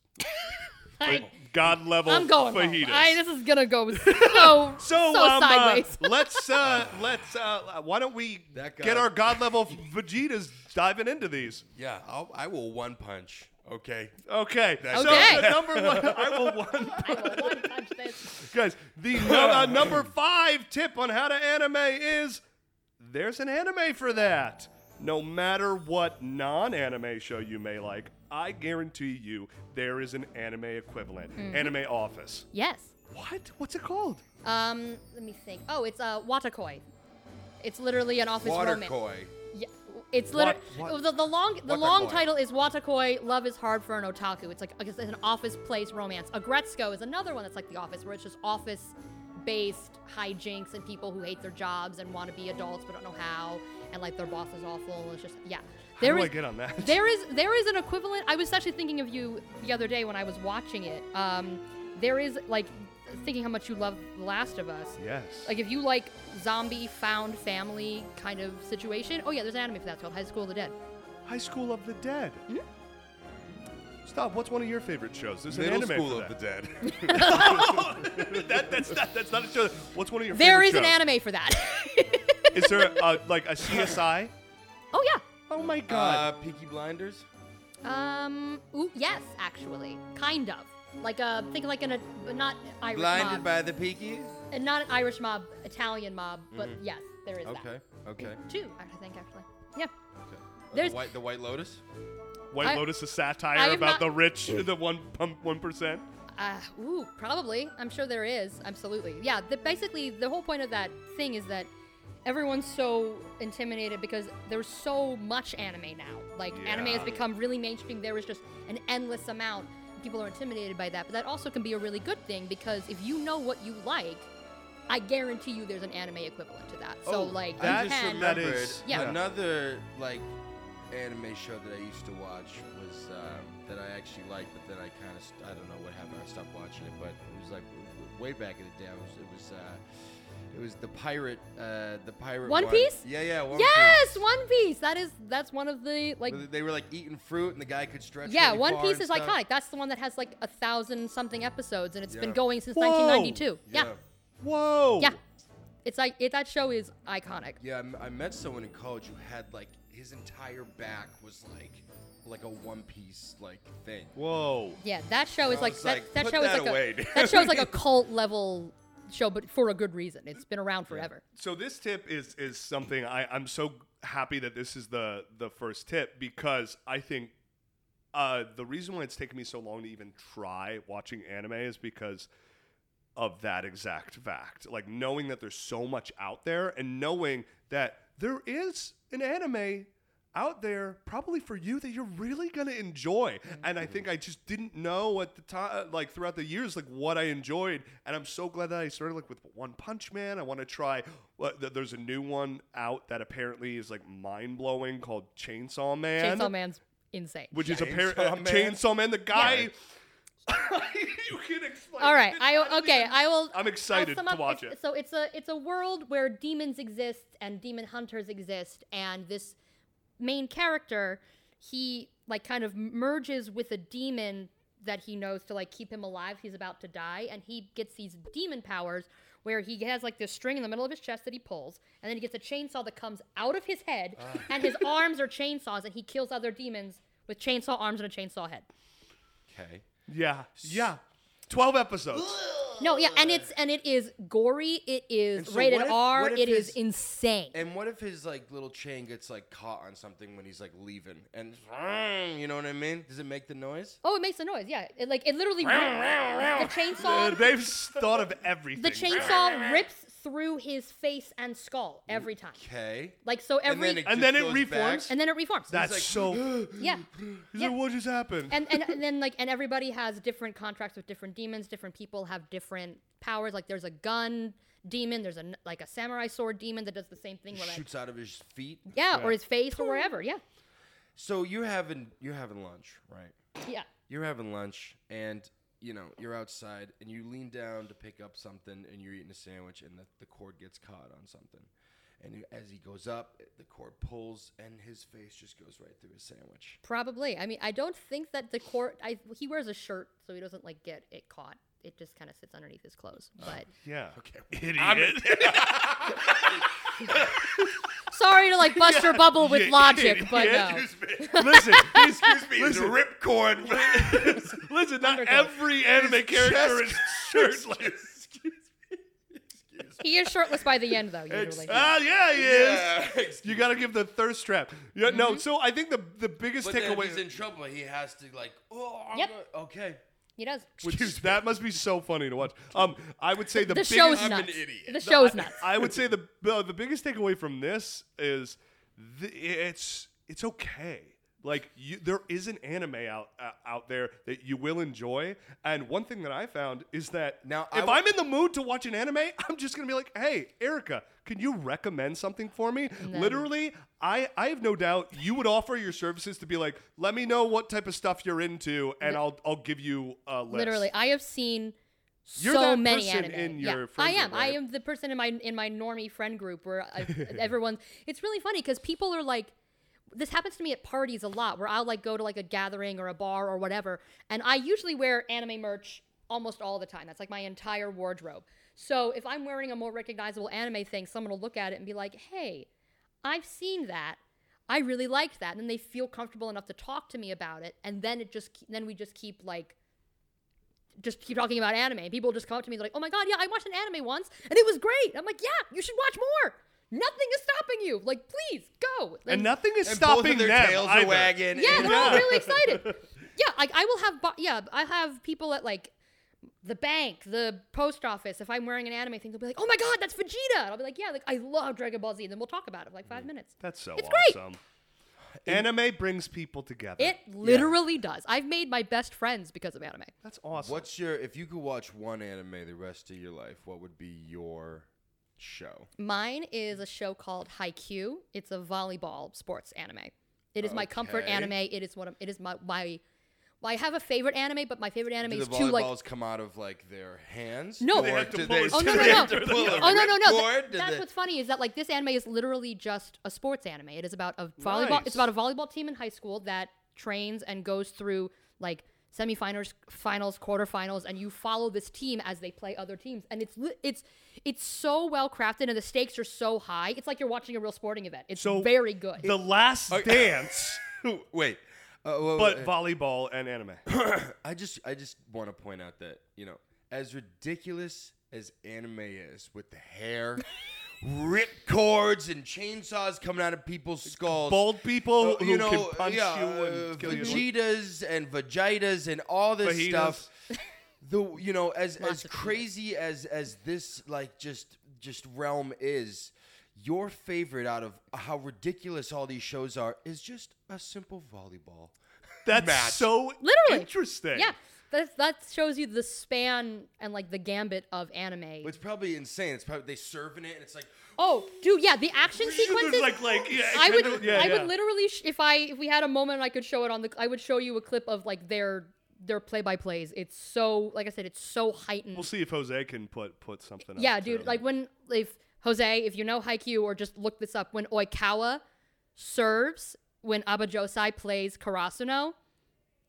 Speaker 3: I,
Speaker 1: god level
Speaker 3: am going. home.
Speaker 1: fajitas.
Speaker 3: I, this is gonna go so
Speaker 1: so
Speaker 3: so,
Speaker 1: um, uh,
Speaker 3: sideways.
Speaker 1: let's uh, let's uh, why don't we
Speaker 2: That
Speaker 1: get
Speaker 2: guy-
Speaker 1: our god level Vegetas diving into these?
Speaker 2: yeah, I'll, I will one punch. Okay.
Speaker 1: Okay.
Speaker 3: Okay.
Speaker 1: So the number one, I will one
Speaker 3: I will Oh, one punch this.
Speaker 1: guys. The nu- uh, number five tip on how to anime is there's an anime for that. No matter what non-anime show you may like, I guarantee you there is an anime equivalent.
Speaker 3: Mm-hmm.
Speaker 1: Anime Office.
Speaker 3: Yes.
Speaker 1: What? What's it called?
Speaker 3: Um. Let me think. Oh, it's uh Watakoi. It's literally an office
Speaker 2: Water
Speaker 3: romance.
Speaker 2: koi.
Speaker 3: Yeah, it's literally
Speaker 1: Wat-
Speaker 3: the, the long the long
Speaker 2: Watakoi.
Speaker 3: title is Watakoi. Love is hard for an otaku. It's like it's an office place romance. Agretzko is another one that's like The Office, where it's just office based hijinks and people who hate their jobs and want to be adults but don't know how, and like their boss is awful. And it's just yeah. There
Speaker 1: do I
Speaker 3: is-
Speaker 1: get on that?
Speaker 3: There is there is an equivalent. I was actually thinking of you the other day when I was watching it. Um, there is like thinking how much you love The Last of Us.
Speaker 1: Yes.
Speaker 3: Like if you like zombie found family kind of situation, oh yeah, there's an anime for that. It's called High School of the Dead.
Speaker 1: High School of the Dead.
Speaker 3: Hmm?
Speaker 1: Stop. What's one of your favorite shows? There's an
Speaker 2: Middle
Speaker 1: anime
Speaker 2: school
Speaker 1: for
Speaker 2: of the
Speaker 1: that.
Speaker 2: dead.
Speaker 1: that. That's not. That's not a show. What's one of your?
Speaker 3: There
Speaker 1: favorite
Speaker 3: is an
Speaker 1: shows?
Speaker 3: anime for that.
Speaker 1: Is there a, like a CSI?
Speaker 3: oh yeah.
Speaker 1: Oh my
Speaker 2: uh,
Speaker 1: god.
Speaker 2: Peaky Blinders.
Speaker 3: Um. Ooh, yes, actually, kind of. Like a think like an a, not Irish
Speaker 2: Blinded
Speaker 3: mob,
Speaker 2: by the peaky.
Speaker 3: Uh, not an Irish mob, Italian mob, but yes, there is
Speaker 2: Okay. Okay.
Speaker 3: that. Two, I think actually. Yeah.
Speaker 2: okay. The
Speaker 3: There's-
Speaker 2: white, the white lotus.
Speaker 1: White
Speaker 3: I-
Speaker 1: Lotus is
Speaker 3: I
Speaker 1: satire
Speaker 3: am
Speaker 1: about
Speaker 3: not-
Speaker 1: the rich, the one one percent.
Speaker 3: Uh, ooh, probably. I'm sure there is. Absolutely. Yeah. The, basically, the whole point of that thing is that everyone's so intimidated because there's so much anime now. Like, anime has
Speaker 1: Yeah.
Speaker 3: become really mainstream. There is just an endless amount. People are intimidated by that. But that also can be a really good thing because if you know what you like, I guarantee you there's an anime equivalent to that.
Speaker 2: Oh,
Speaker 3: So, like,
Speaker 1: that
Speaker 3: you
Speaker 2: I just
Speaker 3: can.
Speaker 1: that
Speaker 2: remembered
Speaker 1: is-
Speaker 3: Yeah.
Speaker 2: another like anime show that I used to watch was um, that I actually liked, but then I kind of st- I don't know what happened. I stopped watching it, but it was like w- w- way back in the day. It was it was, uh, it was the pirate uh, the pirate
Speaker 3: One Piece?
Speaker 2: Yeah, yeah. One
Speaker 3: yes,
Speaker 2: Piece.
Speaker 3: One Piece. That is, that's one of the, like,
Speaker 2: Where They were like eating fruit, and the guy could stretch.
Speaker 3: Yeah,
Speaker 2: really
Speaker 3: One
Speaker 2: far
Speaker 3: Piece
Speaker 2: and
Speaker 3: is
Speaker 2: stuff.
Speaker 3: iconic. That's the one that has like a thousand something episodes, and it's been
Speaker 2: Yeah.
Speaker 3: going since
Speaker 1: Whoa!
Speaker 3: 1992. Yeah. yeah,
Speaker 1: Whoa.
Speaker 3: It's like it, that show is iconic.
Speaker 2: Yeah, I m- I met someone in college who had like his entire back was like like a One Piece like thing.
Speaker 1: Whoa.
Speaker 3: Yeah, that show is
Speaker 2: I
Speaker 3: like
Speaker 2: was
Speaker 3: that.
Speaker 2: like,
Speaker 3: that
Speaker 2: put
Speaker 3: show is
Speaker 2: that
Speaker 3: like
Speaker 2: away,
Speaker 3: a
Speaker 2: dude.
Speaker 3: that show is like a cult level show, but for a good reason. It's been around forever.
Speaker 1: So this tip is is something I I'm so happy that this is the the first tip because I think uh the reason why it's taken me so long to even try watching anime is because of that exact fact. Like knowing that there's so much out there and knowing that there is an anime out there probably for you that you're really going to enjoy. And I think I just didn't know at the time like throughout the years like what I enjoyed and I'm so glad that I started like with One Punch Man. I want to try uh, th- there's a new one out that apparently is like mind-blowing called Chainsaw Man.
Speaker 3: Chainsaw Man's insane.
Speaker 1: Which is
Speaker 2: Chainsaw
Speaker 1: apparent uh,
Speaker 2: Man.
Speaker 1: Chainsaw Man the guy you can explain.
Speaker 3: All right,
Speaker 1: it.
Speaker 3: I okay, I will.
Speaker 1: I'm excited
Speaker 3: sum
Speaker 1: to
Speaker 3: up-
Speaker 1: watch
Speaker 3: it's-
Speaker 1: it.
Speaker 3: So it's a it's a world where demons exist and demon hunters exist, and this main character, he like kind of merges with a demon that he knows to like keep him alive. He's about to die, and he gets these demon powers where he has like this string in the middle of his chest that he pulls, and then he gets a chainsaw that comes out of his head, and his arms are chainsaws, and he kills other demons with chainsaw arms and a chainsaw head.
Speaker 2: Okay.
Speaker 1: Yeah, yeah. Twelve episodes.
Speaker 3: No, yeah, and it's and it is gory. It is
Speaker 2: Uh, And so
Speaker 3: rated
Speaker 2: what if-
Speaker 3: R.
Speaker 2: what if
Speaker 3: It is
Speaker 2: his-
Speaker 3: insane.
Speaker 2: And what if his like little chain gets like caught on something when he's like leaving and it's, you know what I mean? Does it make the noise?
Speaker 3: oh, it makes a noise. Yeah, it, like it literally rips, the
Speaker 1: Uh,
Speaker 3: chainsaw.
Speaker 1: They've s- thought of everything.
Speaker 3: The chainsaw rips through his face and skull every time.
Speaker 2: Okay.
Speaker 3: Like so every and then it,
Speaker 1: And then it
Speaker 2: goes
Speaker 1: reforms.
Speaker 3: reforms.
Speaker 1: That's so.
Speaker 3: yeah.
Speaker 1: He's
Speaker 3: Yeah.
Speaker 1: like, what just happened?
Speaker 3: And, and and then like and everybody has different contracts with different demons, different people have different powers. Like there's a gun demon, there's a n- like a samurai sword demon that does the same thing with it.
Speaker 2: Shoots out of his feet.
Speaker 3: Yeah, or his face or wherever. Yeah.
Speaker 2: So you're having you're having lunch, right?
Speaker 3: Yeah.
Speaker 2: You're having lunch, and you know you're outside, and you lean down to pick up something, and you're eating a sandwich, and the, the cord gets caught on something, and you- as he goes up, the cord pulls, and his face just goes right through his sandwich.
Speaker 3: Probably. I mean, I don't think that the court. I he wears a shirt, so he doesn't like get it caught. It just kind of sits underneath his clothes.
Speaker 1: Oh.
Speaker 3: But
Speaker 1: yeah. Okay.
Speaker 3: sorry to like bust your bubble with logic, but no.
Speaker 1: Listen, he's,
Speaker 5: Listen,
Speaker 1: listen,
Speaker 5: rip cord.
Speaker 1: listen, not
Speaker 3: Underground.
Speaker 1: every anime character is shirtless.
Speaker 3: He is shirtless by the end, though. Usually.
Speaker 1: Ah, yeah, he is.
Speaker 2: Excuse
Speaker 1: You got to give the thirst trap. Yeah,
Speaker 3: Mm-hmm.
Speaker 1: No, so I think the, the biggest
Speaker 2: But then if
Speaker 1: takeaway.
Speaker 2: he's in trouble. He has to like, oh, I'm
Speaker 3: Yep.
Speaker 2: gonna- okay.
Speaker 3: He does.
Speaker 1: which- that must be so funny to watch. Um, I would say the,
Speaker 3: The
Speaker 1: biggest,
Speaker 3: show's
Speaker 5: I'm an
Speaker 3: nuts.
Speaker 5: idiot.
Speaker 3: The show's
Speaker 1: I-
Speaker 3: nuts.
Speaker 1: I would say the uh, the biggest takeaway from this is th- it's it's okay. Like you, there is an anime out uh, out there that you will enjoy, and one thing that I found is that
Speaker 2: Now, I
Speaker 1: if
Speaker 2: w-
Speaker 1: i I'm in the mood to watch an anime, I'm just gonna be like, "Hey, Erica, can you recommend something for me?" Literally, I I have no doubt you would offer your services to be like, "Let me know what type of stuff you're into, and I'll I'll give you a uh, list."
Speaker 3: Literally, I have seen
Speaker 1: You're
Speaker 3: so
Speaker 1: that
Speaker 3: many
Speaker 1: person
Speaker 3: anime.
Speaker 1: in
Speaker 3: yeah,
Speaker 1: your friend
Speaker 3: I am.
Speaker 1: group,
Speaker 3: I
Speaker 1: right?
Speaker 3: am the person in my in my normie friend group where I, everyone. It's really funny because people are like. This happens to me at parties a lot where I'll like go to like a gathering or a bar or whatever, and I usually wear anime merch almost all the time. That's like my entire wardrobe. So if I'm wearing a more recognizable anime thing, someone will look at it and be like, "Hey, I've seen that. I really liked that." And then they feel comfortable enough to talk to me about it, and then it just then we just keep like just keep talking about anime. People just come up to me they're like, "Oh my god, yeah, I watched an anime once and it was great." I'm like, "Yeah, you should watch more. Nothing is stopping you. Like, please go."
Speaker 1: and nothing is
Speaker 2: And
Speaker 1: stopping
Speaker 2: both of their
Speaker 1: them
Speaker 2: tails
Speaker 1: either.
Speaker 2: are wagging.
Speaker 3: Yeah,
Speaker 2: and-
Speaker 3: they're all really excited. Yeah, like I will have. Bo- yeah, I have people at like the bank, the post office. If I'm wearing an anime thing, they'll be like, "Oh my god, that's Vegeta!" And I'll be like, "Yeah, like I love Dragon Ball Z." And then we'll talk about it for like
Speaker 1: Mm.
Speaker 3: five minutes.
Speaker 1: That's so
Speaker 3: It's great.
Speaker 1: awesome. Anime brings people together.
Speaker 3: It literally does. I've made my best friends because of anime.
Speaker 1: That's awesome.
Speaker 2: What's your if you could watch one anime the rest of your life, what would be your show?
Speaker 3: Mine is a show called Haikyuu. It's a volleyball sports anime. It is my comfort
Speaker 2: Okay.
Speaker 3: anime. It is one of it is my my well, I have a favorite anime, but my favorite anime
Speaker 2: Do
Speaker 3: is
Speaker 2: the
Speaker 3: too
Speaker 2: volleyballs
Speaker 3: like
Speaker 2: come out of like their hands?
Speaker 3: No.
Speaker 2: or
Speaker 3: They have
Speaker 1: to
Speaker 2: do
Speaker 1: pull
Speaker 2: they,
Speaker 1: a
Speaker 3: Oh no
Speaker 2: do
Speaker 3: no
Speaker 2: they
Speaker 3: no!
Speaker 2: have to pull a
Speaker 3: Oh no no no!
Speaker 2: ripcord?
Speaker 3: That-
Speaker 2: Do
Speaker 3: That's
Speaker 2: they-
Speaker 3: what's funny is that like this anime is literally just a sports anime. It is about a volleyball.
Speaker 1: Nice.
Speaker 3: It's about a volleyball team in high school that trains and goes through like semifinals, finals, quarterfinals, and you follow this team as they play other teams. And it's li- it's it's so well crafted, and the stakes are so high. It's like you're watching a real sporting event. It's
Speaker 1: So
Speaker 3: very good.
Speaker 1: The Last Dance,
Speaker 2: Wait. Uh, wait,
Speaker 1: but
Speaker 2: wait,
Speaker 1: volleyball and anime.
Speaker 2: I just I just want to point out that, you know, as ridiculous as anime is with the hair, rip cords and chainsaws coming out of people's skulls.
Speaker 1: Bald people
Speaker 2: Uh,
Speaker 1: who can punch you and
Speaker 2: uh,
Speaker 1: kill you.
Speaker 2: Vegetas and vaginas and all this
Speaker 1: Fajitas.
Speaker 2: stuff. The you know as
Speaker 3: Lots
Speaker 2: as
Speaker 3: of
Speaker 2: crazy as as this like just just realm is, your favorite out of how ridiculous all these shows are is just a simple volleyball.
Speaker 1: That's
Speaker 2: match.
Speaker 1: so
Speaker 3: Literally.
Speaker 1: interesting.
Speaker 3: yeah, that that shows you the span and like the gambit of anime.
Speaker 2: It's probably insane. It's probably they serving it and it's like
Speaker 3: Oh, dude, yeah, the action sequences.
Speaker 1: There's like like yeah,
Speaker 3: I
Speaker 1: kind
Speaker 3: would
Speaker 1: of- yeah,
Speaker 3: I
Speaker 1: yeah.
Speaker 3: would literally sh- if I if we had a moment I could show it on the I would show you a clip of like their their play by plays. It's so like I said, it's so heightened.
Speaker 1: We'll see if Jose can put put something.
Speaker 3: yeah,
Speaker 1: up,
Speaker 3: dude.
Speaker 1: too.
Speaker 3: Like when if Jose, if you know Haikyuu or just look this up, when Oikawa serves, when Abajosai plays Karasuno,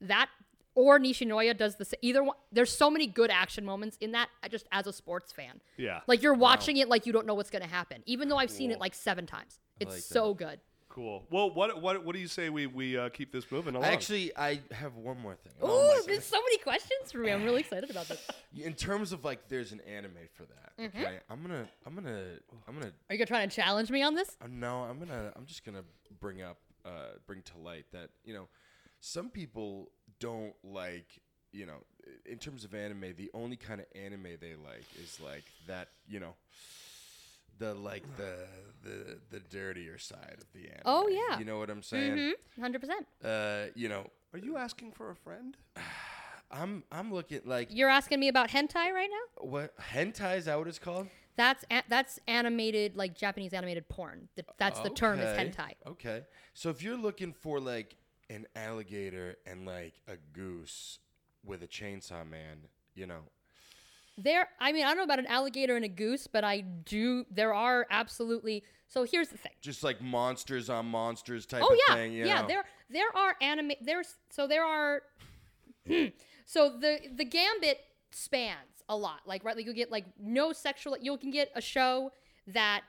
Speaker 3: that or Nishinoya does the sa- either one. There's so many good action moments in that. I Just as a sports fan,
Speaker 1: Yeah.
Speaker 3: like you're watching it like you don't know what's gonna happen, even though I've seen it like seven times. It's so good.
Speaker 1: cool. Well, what what what do you say we we uh, keep this moving along?
Speaker 2: I actually I have one more thing.
Speaker 3: Ooh,
Speaker 2: Oh my goodness.
Speaker 3: there's so many questions for me. I'm really excited about this.
Speaker 2: in terms of like there's an anime for that.
Speaker 3: Mm-hmm.
Speaker 2: Okay. I'm going to I'm going to I'm going to
Speaker 3: Are you gonna try to challenge me on this?
Speaker 2: Uh, No, I'm gonna. I'm just gonna bring up, uh, bring to light that you know, some people don't like. You know, i- in terms of anime, the only kind of anime they like is like that. You know, the like the the the dirtier side of the anime.
Speaker 3: Oh, yeah.
Speaker 2: you know what I'm saying?
Speaker 3: Mm-hmm, Hundred percent.
Speaker 2: Uh, you know,
Speaker 1: Are you asking for a friend?
Speaker 2: I'm I'm looking like
Speaker 3: You're asking me about hentai right now?
Speaker 2: what hentai is that what it's called?
Speaker 3: That's a- that's animated like Japanese animated porn. Th- That's the term is
Speaker 2: Okay,
Speaker 3: hentai.
Speaker 2: Okay, so if you're looking for like an alligator and like a goose with a chainsaw man, you know,
Speaker 3: There, I mean, I don't know about an alligator and a goose, but I do. There are absolutely. So here's the thing.
Speaker 2: just like monsters on monsters type
Speaker 3: Oh
Speaker 2: of
Speaker 3: yeah,
Speaker 2: thing. You
Speaker 3: yeah.
Speaker 2: know?
Speaker 3: There, there are anime. There's so there are. so the the gambit spans a lot. Like right, like you get like no sexual. You can get a show that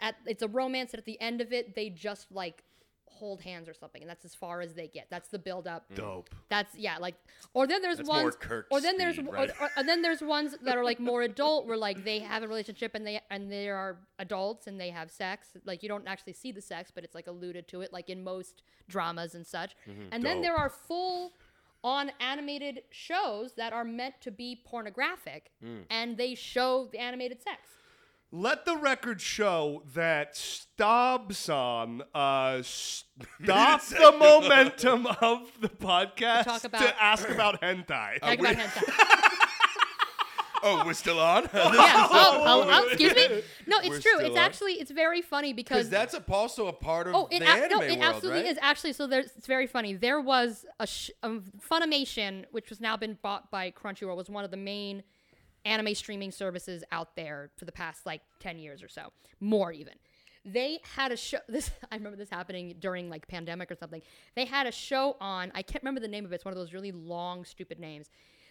Speaker 3: at it's a romance, and at the end of it, they just like hold hands or something, and that's as far as they get. That's the build up.
Speaker 1: Dope.
Speaker 3: That's yeah, like or then there's
Speaker 2: That's more
Speaker 3: ones
Speaker 2: Kirk
Speaker 3: or then there's
Speaker 2: speed,
Speaker 3: or-
Speaker 2: right?
Speaker 3: or, and then there's ones that are like more adult where like they have a relationship and they and they are adults and they have sex. Like you don't actually see the sex, but it's like alluded to it like in most dramas and such.
Speaker 2: Mm-hmm.
Speaker 3: And then there are full on animated shows that are meant to be pornographic
Speaker 2: Mm.
Speaker 3: and they show the animated sex.
Speaker 1: Let the record show that Stabson uh, stop the momentum of the podcast
Speaker 3: talk about-
Speaker 1: to ask about hentai.
Speaker 2: Uh,
Speaker 3: Talk about hentai.
Speaker 2: Oh, we're still on.
Speaker 3: Yeah. Oh, oh, oh, excuse me. No, it's true.
Speaker 2: still
Speaker 3: It's
Speaker 2: on?
Speaker 3: actually it's very funny because
Speaker 2: Because that's a, also a part of
Speaker 3: Oh, it,
Speaker 2: the
Speaker 3: ab-
Speaker 2: anime
Speaker 3: no, it
Speaker 2: world,
Speaker 3: absolutely
Speaker 2: right?
Speaker 3: is. Actually, so there's, it's very funny. There was a, sh- um Funimation, which has now been bought by Crunchyroll, was one of the main anime streaming services out there for the past like 10 years or so, more even. They had a show. This I remember this happening during like pandemic or something. They had a show on. I can't remember the name of it. It's one of those really long, stupid names.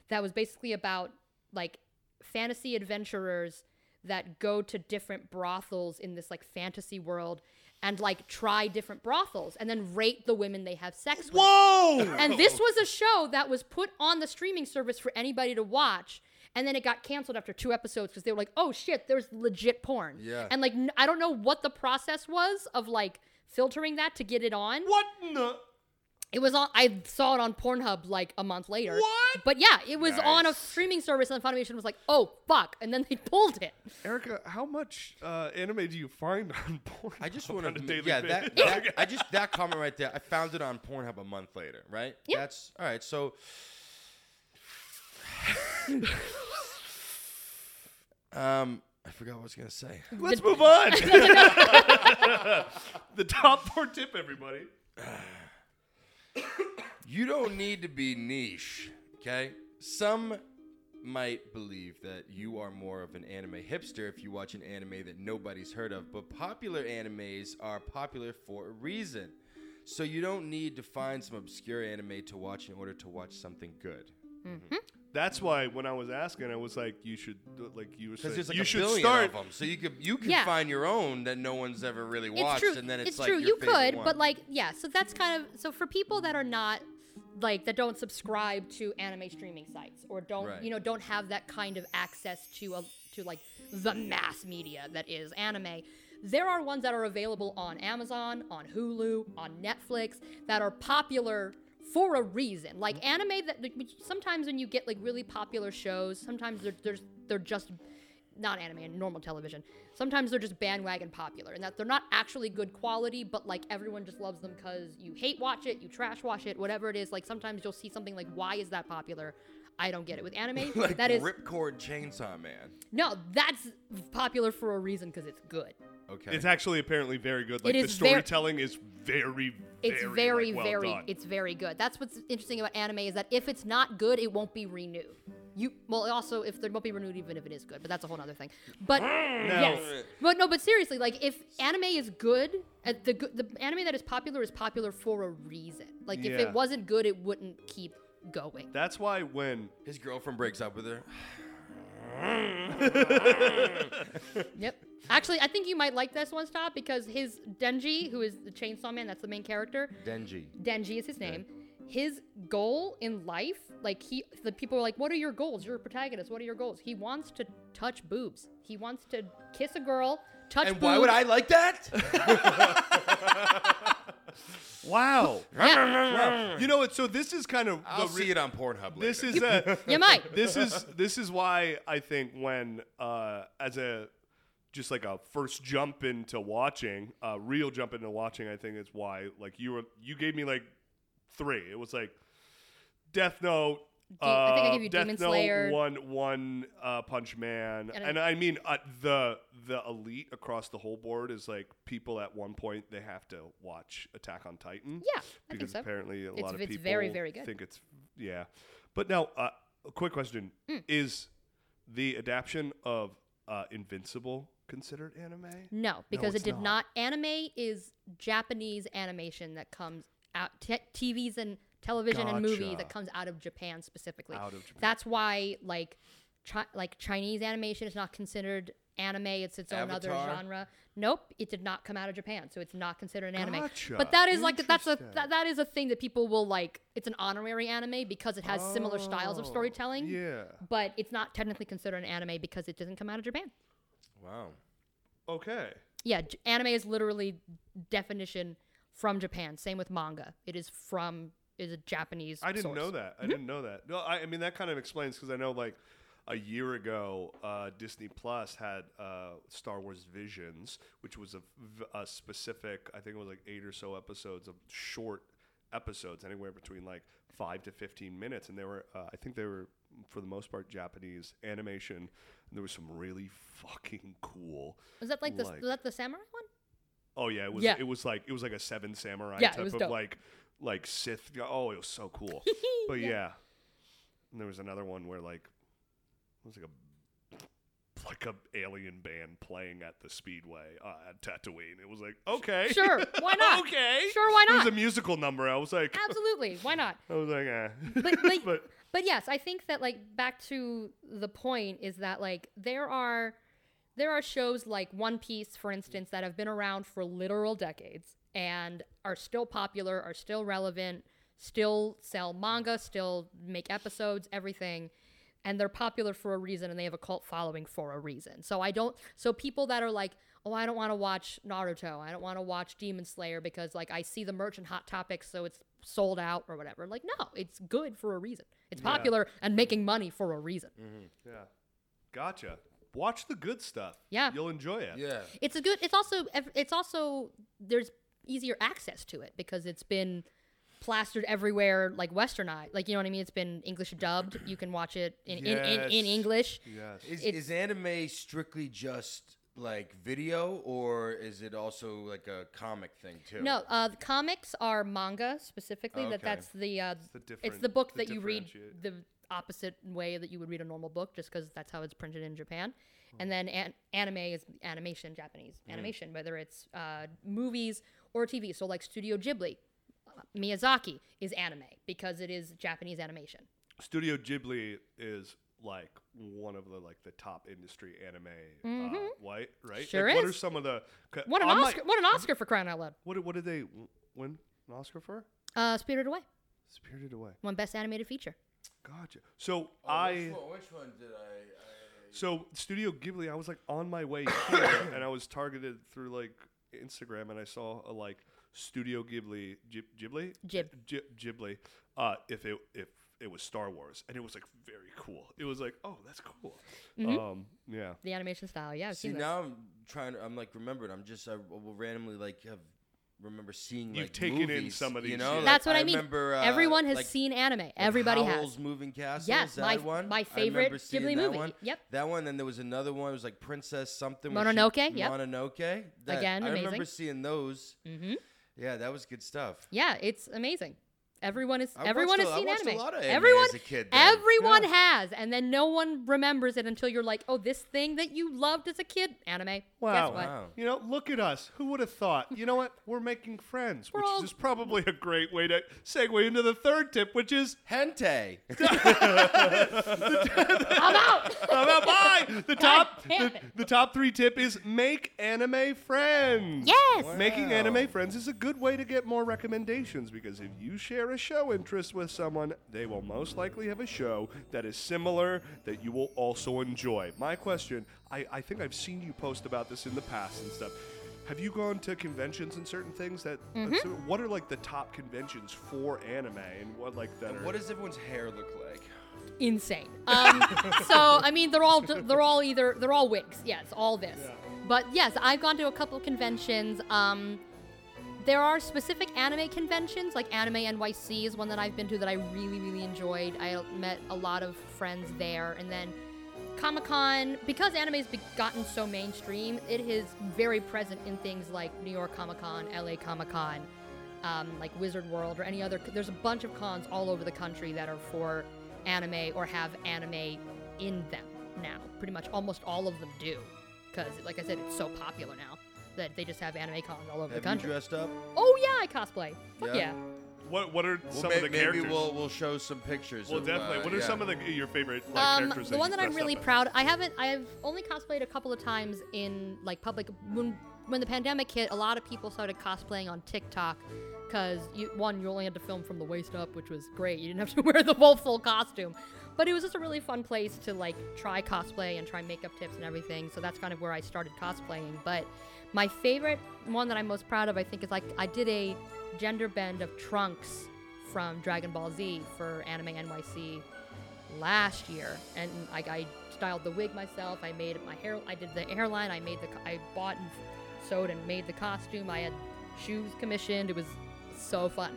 Speaker 3: That was basically about like fantasy adventurers that go to different brothels in this like fantasy world and like try different brothels and then rate the women they have sex with.
Speaker 1: Whoa!
Speaker 3: And this was a show that was put on the streaming service for anybody to watch. And then it got canceled after two episodes because they were like, oh shit, there's legit porn.
Speaker 2: Yeah.
Speaker 3: And like, n- I don't know what the process was of like filtering that to get it on.
Speaker 1: What in the?
Speaker 3: It was on. I saw it on Pornhub like a month later.
Speaker 1: What?
Speaker 3: But yeah, it was on a
Speaker 2: Nice.
Speaker 3: streaming service, and Funimation was like, "Oh fuck," and then they pulled it.
Speaker 1: Erica, how much uh, anime do you find on porn?
Speaker 2: I just
Speaker 1: want
Speaker 2: want
Speaker 1: a
Speaker 2: to
Speaker 1: daily
Speaker 2: yeah
Speaker 1: basis?
Speaker 2: that, that I just that comment right there. I found it on Pornhub a month later, right?
Speaker 3: Yeah.
Speaker 2: That's all right. So um I forgot what I was going to say.
Speaker 1: Let's move on. the top four tip, everybody.
Speaker 2: You don't need to be niche, okay? Some might believe that you are more of an anime hipster if you watch an anime that nobody's heard of, but popular animes are popular for a reason. So you don't need to find some obscure anime to watch in order to watch something good.
Speaker 1: That's why when I was asking, I was like, "You should like you were
Speaker 2: Because
Speaker 1: saying,
Speaker 2: there's like
Speaker 1: you
Speaker 2: a
Speaker 1: should
Speaker 2: billion
Speaker 1: start."
Speaker 2: of them, so you could you could
Speaker 3: Yeah.
Speaker 2: find your own that no one's ever really watched,
Speaker 3: it's true.
Speaker 2: and then it's,
Speaker 3: it's
Speaker 2: like
Speaker 3: true.
Speaker 2: your
Speaker 3: you
Speaker 2: favorite
Speaker 3: could,
Speaker 2: one.
Speaker 3: but like, yeah. So that's kind of so for people that are not like that don't subscribe to anime streaming sites or don't
Speaker 2: Right.
Speaker 3: you know don't have that kind of access to a to like the mass media that is anime. There are ones that are available on Amazon, on Hulu, on Netflix that are popular for a reason. Like
Speaker 2: Mm-hmm.
Speaker 3: anime that like, which sometimes when you get like really popular shows, sometimes they're they're, they're just not anime and normal television. Sometimes they're just bandwagon popular and that they're not actually good quality, but like everyone just loves them because you hate watch it, you trash watch it, whatever it is. Like sometimes you'll see something like, why is that popular? I don't get it. With anime,
Speaker 2: like
Speaker 3: that is
Speaker 2: Ripcord Chainsaw Man.
Speaker 3: no, that's popular for a reason because it's good.
Speaker 2: Okay,
Speaker 1: It's actually apparently very good. Like the
Speaker 3: is ver-
Speaker 1: storytelling is very,
Speaker 3: It's
Speaker 1: very,
Speaker 3: very,
Speaker 1: like, well
Speaker 3: very,
Speaker 1: done.
Speaker 3: it's very good. That's what's interesting about anime is that if it's not good, it won't be renewed. You well, also if there won't be renewed even if it is good, but that's a whole other thing. But
Speaker 1: Mm.
Speaker 3: yes, but no, but seriously, like if anime is good, uh, the go- the anime that is popular is popular for a reason. Like if
Speaker 1: Yeah.
Speaker 3: it wasn't good, it wouldn't keep going.
Speaker 1: That's why when
Speaker 2: his girlfriend breaks up with her.
Speaker 3: Yep. Actually, I think you might like this one, Stop, because his Denji, who is the Chainsaw Man, that's the main character.
Speaker 2: Denji.
Speaker 3: Denji is his name. His goal in life, like he, the people are like, "What are your goals? You're a protagonist. What are your goals?" He wants to touch boobs. He wants to kiss a girl, touch.
Speaker 2: And why would I
Speaker 3: boobs.
Speaker 2: like that?
Speaker 1: wow,
Speaker 3: Yeah,
Speaker 1: you know what? So this is kind of
Speaker 2: I'll
Speaker 1: the
Speaker 2: see it on Pornhub.
Speaker 1: this
Speaker 2: later.
Speaker 1: is a
Speaker 3: you might.
Speaker 1: this is this is why I think when uh, as a just like a first jump into watching, a real jump into watching. I think is why like you were you gave me like three. It was like Death Note.
Speaker 3: De- I think I
Speaker 1: uh,
Speaker 3: gave you
Speaker 1: Death
Speaker 3: Demon
Speaker 1: Note,
Speaker 3: Slayer.
Speaker 1: One One uh, Punch Man,
Speaker 3: And
Speaker 1: and,
Speaker 3: I-
Speaker 1: I mean uh, the the elite across the whole board is like people at one point they have to watch Attack on Titan.
Speaker 3: Yeah, I think
Speaker 1: because
Speaker 3: so.
Speaker 1: apparently a
Speaker 3: It's-
Speaker 1: lot of
Speaker 3: it's
Speaker 1: people
Speaker 3: very, very good.
Speaker 1: think it's yeah. But now, uh, a quick question:
Speaker 3: Hmm.
Speaker 1: Is the adaptation of uh, Invincible considered anime?
Speaker 3: No, because
Speaker 1: it's
Speaker 3: it did
Speaker 1: not.
Speaker 3: not. Anime is Japanese animation that comes out t- TVs and television and movie
Speaker 1: Gotcha.
Speaker 3: that comes out of Japan specifically.
Speaker 1: Out of Japan.
Speaker 3: That's why like chi- like Chinese animation is not considered anime. It's its own other
Speaker 6: Avatar?
Speaker 3: genre. Nope, it did not come out of Japan, so it's not considered an anime.
Speaker 1: Gotcha.
Speaker 3: But that is like that's a
Speaker 1: Interesting.
Speaker 3: that, that is a thing that people will like. It's an honorary anime because it has similar styles of
Speaker 1: Oh,
Speaker 3: storytelling.
Speaker 1: Yeah.
Speaker 3: But it's not technically considered an anime because it doesn't come out of Japan.
Speaker 6: Wow.
Speaker 1: Okay.
Speaker 3: Yeah, j- anime is literally definition from Japan. Same with manga. It is from is a Japanese.
Speaker 1: I didn't
Speaker 3: source.
Speaker 1: know that. I didn't know that. No, I, I mean that kind of explains because I know like a year ago, uh, Disney Plus had uh, Star Wars Visions, which was a, v- a specific. I think it was like eight or so episodes of short episodes, anywhere between like five to fifteen minutes, and they were. Uh, I think they were for the most part Japanese animation. And there was some really fucking cool.
Speaker 3: Was that like the
Speaker 1: Like-
Speaker 3: was that the samurai one?
Speaker 1: Oh yeah, it was.
Speaker 3: Yeah.
Speaker 1: It was like it was like a Seven Samurai
Speaker 3: Yeah, it
Speaker 1: type
Speaker 3: was
Speaker 1: of
Speaker 3: dope.
Speaker 1: like like Sith. Oh, it was so cool. but yeah. and there was another one where like it was like a like a alien band playing at the speedway uh, at Tatooine. It was like okay,
Speaker 3: Sure, why not?
Speaker 1: okay,
Speaker 3: Sure, why
Speaker 1: It was
Speaker 3: not?
Speaker 1: a musical number. I was like,
Speaker 3: Absolutely. Why not?
Speaker 1: I was like, eh.
Speaker 3: But but,
Speaker 1: But-
Speaker 3: but yes, I think that like back to the point is that like there are there are shows like One Piece, for instance, that have been around for literal decades and are still popular, are still relevant, still sell manga, still make episodes, everything. And they're popular for a reason and they have a cult following for a reason. So I don't, so people that are like, oh, I don't want to watch Naruto, I don't want to watch Demon Slayer because like I see the merch in Hot Topics, so it's sold out or whatever. Like, no, it's good for a reason. It's popular and making money for a reason.
Speaker 1: yeah, gotcha. Watch the good stuff.
Speaker 3: Yeah.
Speaker 1: you'll enjoy it.
Speaker 6: Yeah.
Speaker 3: It's a good. It's also. ev- It's also. There's easier access to it because it's been plastered everywhere, like westernized. Like you know what I mean. It's been English dubbed. You can watch it in in, in, in
Speaker 1: Yes.
Speaker 3: English.
Speaker 1: Yes.
Speaker 6: Is,
Speaker 3: It's-
Speaker 6: is anime strictly just like video, or is it also like a comic thing too?
Speaker 3: No, uh, the comics are manga specifically. That
Speaker 6: Okay.
Speaker 3: that's the. Uh,
Speaker 1: the
Speaker 3: it's,
Speaker 1: different-
Speaker 3: the book
Speaker 1: the
Speaker 3: that you read
Speaker 1: differentiate.
Speaker 3: the opposite way that you would read a normal book, just because that's how it's printed in Japan.
Speaker 6: Hmm.
Speaker 3: And then an- anime is animation, Japanese animation, whether it's uh, movies or TV. So like Studio Ghibli, uh, Miyazaki is anime because it is Japanese animation.
Speaker 1: Studio Ghibli is like one of the like the top industry anime, uh, right? Right? Like,
Speaker 3: Mm-hmm. Sure
Speaker 1: What are
Speaker 3: is.
Speaker 1: some of the? 'cause
Speaker 3: What an
Speaker 1: on my-
Speaker 3: Oscar! What an Oscar for crying out loud!
Speaker 1: what what did they win an Oscar for?
Speaker 3: Uh, Spirited Away
Speaker 1: Spirited Away.
Speaker 3: won Best Animated Feature.
Speaker 1: Gotcha. So I.
Speaker 6: Which one, which one did I?
Speaker 1: So Studio Ghibli, I was like on my way here, and I was targeted through like Instagram, and I saw a like Studio Ghibli, Ghib, Ghibli,
Speaker 3: Jib.
Speaker 1: Ghib, Ghibli. Uh, if it if it was Star Wars, and it was like very cool. It was like, oh, that's cool.
Speaker 3: Mm-hmm.
Speaker 1: Um, yeah.
Speaker 3: The animation style, yeah. I've
Speaker 6: see
Speaker 3: seen those.
Speaker 6: now I'm trying to. I'm like remembering. I'm just I will randomly like have remember seeing.
Speaker 1: You've
Speaker 6: like,
Speaker 1: taken in
Speaker 6: movies,
Speaker 1: some of
Speaker 6: You
Speaker 1: these,
Speaker 6: know,
Speaker 1: yeah.
Speaker 6: Like,
Speaker 3: That's what I, mean.
Speaker 6: remember, uh,
Speaker 3: Everyone has
Speaker 6: like,
Speaker 3: seen anime. Everybody
Speaker 6: Howl's
Speaker 3: has.
Speaker 6: Moving Castle.
Speaker 3: Yes,
Speaker 6: is that
Speaker 3: my-
Speaker 6: one.
Speaker 3: my
Speaker 6: I
Speaker 3: favorite
Speaker 6: remember seeing
Speaker 3: Ghibli
Speaker 6: that
Speaker 3: movie.
Speaker 6: One.
Speaker 3: Yep.
Speaker 6: That one. Then there was another one. It was like Princess something. where
Speaker 3: Mononoke,
Speaker 6: She,
Speaker 3: yep.
Speaker 6: Mononoke. That-
Speaker 3: Again,
Speaker 6: I
Speaker 3: amazing.
Speaker 6: remember seeing those.
Speaker 3: hmm
Speaker 6: Yeah, that was good stuff.
Speaker 3: Yeah, it's amazing. Everyone is
Speaker 6: I
Speaker 3: everyone
Speaker 6: watched
Speaker 3: has
Speaker 6: a- I
Speaker 3: seen
Speaker 6: watched a
Speaker 3: anime.
Speaker 6: lot of anime
Speaker 3: everyone
Speaker 6: as a kid, then.
Speaker 3: everyone
Speaker 6: Yeah.
Speaker 3: has, and then no one remembers it until you're like, oh, this thing that you loved as a kid, anime. Guess what?
Speaker 6: Wow.
Speaker 1: You know, look at us. Who would have thought? You know what? We're making friends,
Speaker 3: We're
Speaker 1: which
Speaker 3: all-
Speaker 1: is probably a great way to segue into the third tip, which is
Speaker 6: Hente.
Speaker 3: I'm out.
Speaker 1: uh, bye. The top,
Speaker 3: damn
Speaker 1: the,
Speaker 3: it.
Speaker 1: the top three tip is make anime friends.
Speaker 3: Yes. Wow.
Speaker 1: Making anime friends is a good way to get more recommendations because if you share a show interest with someone, they will most likely have a show that is similar that you will also enjoy. My question, I, I think I've seen you post about this in the past and stuff. Have you gone to conventions and certain things that? uh,
Speaker 3: Mm-hmm.
Speaker 1: so What are like the top conventions for anime and what like that? Are,
Speaker 6: What does everyone's hair look like?
Speaker 3: Insane. Um, so I mean, they're all they're all either they're all wigs. Yeah, it's all this. But yes, I've gone to a couple conventions. Um, there are specific anime conventions, like Anime NYC is one that I've been to that I really, really enjoyed. I met a lot of friends there. And then Comic Con, because anime has gotten so mainstream, it is very present in things like New York Comic Con, LA Comic Con, um, like Wizard World, or any other. There's a bunch of cons all over the country that are for anime or have anime in them now. Pretty much almost all of them do. Because, like I said, it's so popular now that they just have anime cons all over the
Speaker 2: Have you
Speaker 3: country.
Speaker 2: dressed up?
Speaker 3: Oh yeah, I cosplay. Fuck
Speaker 2: Yeah?
Speaker 3: yeah.
Speaker 1: What What are
Speaker 2: Well,
Speaker 1: some
Speaker 2: may-
Speaker 1: of the
Speaker 2: maybe
Speaker 1: characters?
Speaker 2: we'll we'll show some pictures.
Speaker 1: Well,
Speaker 2: of,
Speaker 1: definitely.
Speaker 2: uh,
Speaker 1: what are
Speaker 2: yeah.
Speaker 1: some of the your favorite like,
Speaker 3: Um,
Speaker 1: characters?
Speaker 3: the
Speaker 1: that
Speaker 3: one
Speaker 1: you
Speaker 3: that I'm
Speaker 1: dressed
Speaker 3: really
Speaker 1: up as?
Speaker 3: proud. I haven't. I've only cosplayed a couple of times in like public. When when the pandemic hit, a lot of people started cosplaying on TikTok because you, one, you only had to film from the waist up, which was great. You didn't have to wear the whole full costume. But it was just a really fun place to like try cosplay and try makeup tips and everything. So that's kind of where I started cosplaying. But my favorite one that I'm most proud of, I think, is like I did a gender bend of Trunks from Dragon Ball Z for Anime NYC last year, and like I styled the wig myself. I made my hair. I did the hairline. I made the. co- I bought and sewed and made the costume. I had shoes commissioned. It was so fun.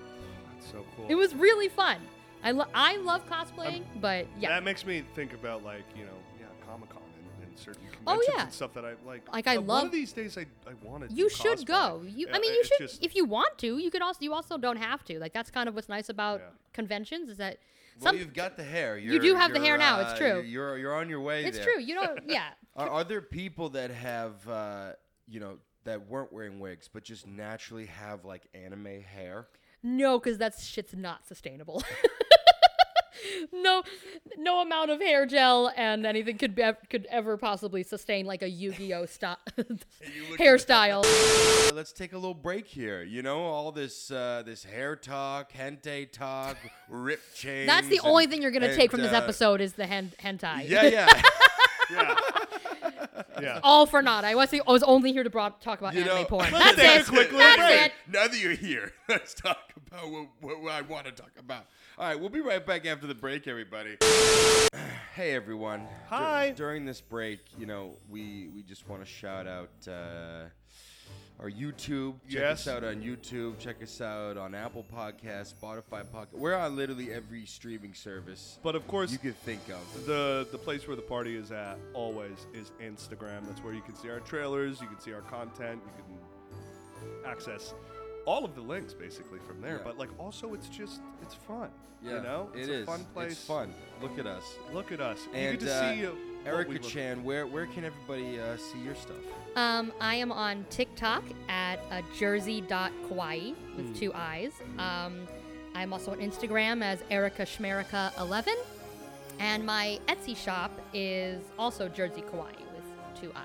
Speaker 1: That's so cool.
Speaker 3: It was really fun. I lo- I love cosplaying, but yeah.
Speaker 1: Um, That makes me think about like you know yeah Comic Con and, and certain conventions
Speaker 3: Oh, yeah.
Speaker 1: and stuff that I like.
Speaker 3: Like, I
Speaker 1: uh, one of
Speaker 3: love-
Speaker 1: these days I I wanted.
Speaker 3: you should go. You, I mean, you should if you want to. You could also. You also don't have to. Like that's kind of what's nice about
Speaker 1: Yeah.
Speaker 3: conventions is that
Speaker 2: Well,
Speaker 3: some.
Speaker 2: you've got the hair.
Speaker 3: You
Speaker 2: You're-
Speaker 3: do have the
Speaker 2: you're,
Speaker 3: hair now, it's
Speaker 2: uh,
Speaker 3: true.
Speaker 2: You're, you're you're on your way.
Speaker 3: it's
Speaker 2: there.
Speaker 3: true. You don't. Yeah.
Speaker 2: Are, are there people that have, uh, you know, that weren't wearing wigs but just naturally have like anime hair?
Speaker 3: No, because that shit's not sustainable. no, no amount of hair gel and anything could be, could ever possibly sustain like a Yu-Gi-Oh style hairstyle.
Speaker 2: Uh, let's take a little break here. You know, all this uh, this hair talk, hente talk, rip chains.
Speaker 3: That's the only
Speaker 2: and-
Speaker 3: thing you're gonna
Speaker 2: and,
Speaker 3: take from this
Speaker 2: uh,
Speaker 3: episode is the hen- hentai.
Speaker 2: Yeah, yeah.
Speaker 1: Yeah. yeah.
Speaker 3: All for naught. I was, I was only here to broad, talk about
Speaker 2: You
Speaker 3: anime
Speaker 2: know-
Speaker 3: porn.
Speaker 1: Let's
Speaker 3: That's
Speaker 1: take a
Speaker 3: it.
Speaker 1: quick little
Speaker 3: That's
Speaker 1: break.
Speaker 3: it.
Speaker 2: now that you're here, let's talk about what, what I want to talk about. All right, we'll be right back after the break, everybody. hey, everyone. Dur-
Speaker 1: Hi.
Speaker 2: during this break, you know, we we just want to shout out uh, our YouTube. Check
Speaker 1: Yes.
Speaker 2: us out on YouTube. Check us out on Apple Podcasts, Spotify Podcast. We're on literally every streaming service
Speaker 1: But of course,
Speaker 2: you could think of.
Speaker 1: the the place where the party is at always is Instagram. That's where you can see our trailers, you can see our content, you can access all of the links basically from there.
Speaker 2: Yeah.
Speaker 1: But like also it's just it's fun.
Speaker 2: Yeah,
Speaker 1: you know? It's
Speaker 2: it
Speaker 1: a
Speaker 2: is.
Speaker 1: fun place.
Speaker 2: It's fun. Look at us.
Speaker 1: Look at us. you
Speaker 2: And
Speaker 1: get to
Speaker 2: uh,
Speaker 1: see uh, what we
Speaker 2: Erica
Speaker 1: look-
Speaker 2: Chan, where where can everybody uh, see your stuff?
Speaker 3: Um, I am on TikTok at uh, jersey.kawaii with two eyes. Um, I'm also on Instagram as Erica Schmerica11. And my Etsy shop is also Jersey Kawaii with two eyes.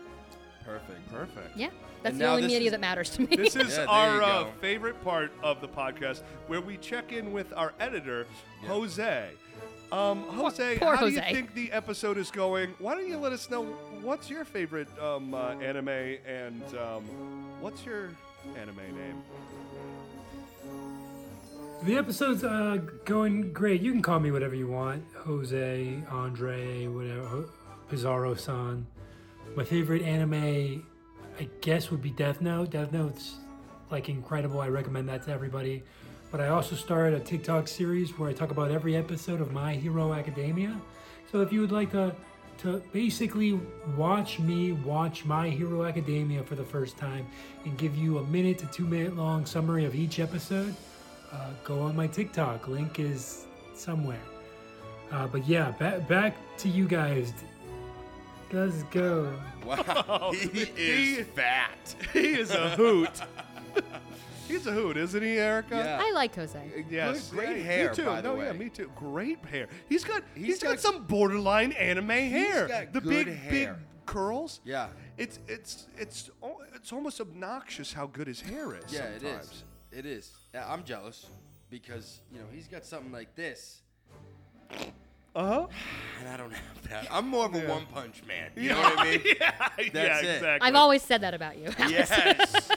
Speaker 2: Perfect.
Speaker 1: Perfect.
Speaker 3: Yeah, that's
Speaker 2: And
Speaker 3: the
Speaker 2: now
Speaker 3: only
Speaker 2: this
Speaker 3: media
Speaker 2: is-
Speaker 3: that matters to me.
Speaker 1: This is
Speaker 2: Yeah, there
Speaker 1: our
Speaker 2: you
Speaker 1: uh,
Speaker 2: go.
Speaker 1: favorite part of the podcast where we check in with our editor,
Speaker 2: Yeah.
Speaker 1: Jose. Um, Jose,
Speaker 3: poor
Speaker 1: how do
Speaker 3: Jose.
Speaker 1: you think the episode is going? Why don't you let us know what's your favorite um, uh, anime and um, what's your anime name?
Speaker 5: The episode's uh, going great. You can call me whatever you want Jose, Andre, whatever, Pizarro san. My favorite anime, I guess, would be Death Note. Death Note's like incredible. I recommend that to everybody. But I also started a TikTok series where I talk about every episode of My Hero Academia. So if you would like to, to basically watch me watch My Hero Academia for the first time and give you a minute to two minute long summary of each episode, uh, go on my TikTok. Link is somewhere. Uh, but yeah, ba- back to you guys. Let's go.
Speaker 2: Wow. he
Speaker 1: He-
Speaker 2: is fat.
Speaker 1: He is a hoot. He's a hoot, isn't he, Erica?
Speaker 3: I like Jose.
Speaker 1: Yes.
Speaker 2: Great
Speaker 1: Yeah,
Speaker 2: hair,
Speaker 1: Me too.
Speaker 2: by the
Speaker 1: no, yeah,
Speaker 2: way.
Speaker 1: me too. Great hair. He's got he's
Speaker 2: He's
Speaker 1: got,
Speaker 2: got-
Speaker 1: some borderline anime hair.
Speaker 2: got
Speaker 1: the big
Speaker 2: good
Speaker 1: big
Speaker 2: hair.
Speaker 1: curls.
Speaker 2: Yeah.
Speaker 1: It's it's it's al- it's almost obnoxious how good his hair is.
Speaker 2: Yeah,
Speaker 1: sometimes.
Speaker 2: it is. It is. Uh, I'm jealous because, you know, he's got something like this
Speaker 1: Uh
Speaker 2: Uh-huh.
Speaker 1: huh.
Speaker 2: and I don't have that. I'm more of a one punch man. You
Speaker 1: Yeah.
Speaker 2: know what I mean?
Speaker 1: yeah, yeah,
Speaker 2: That's it.
Speaker 1: exactly.
Speaker 3: I've always said that about you.
Speaker 2: Yes.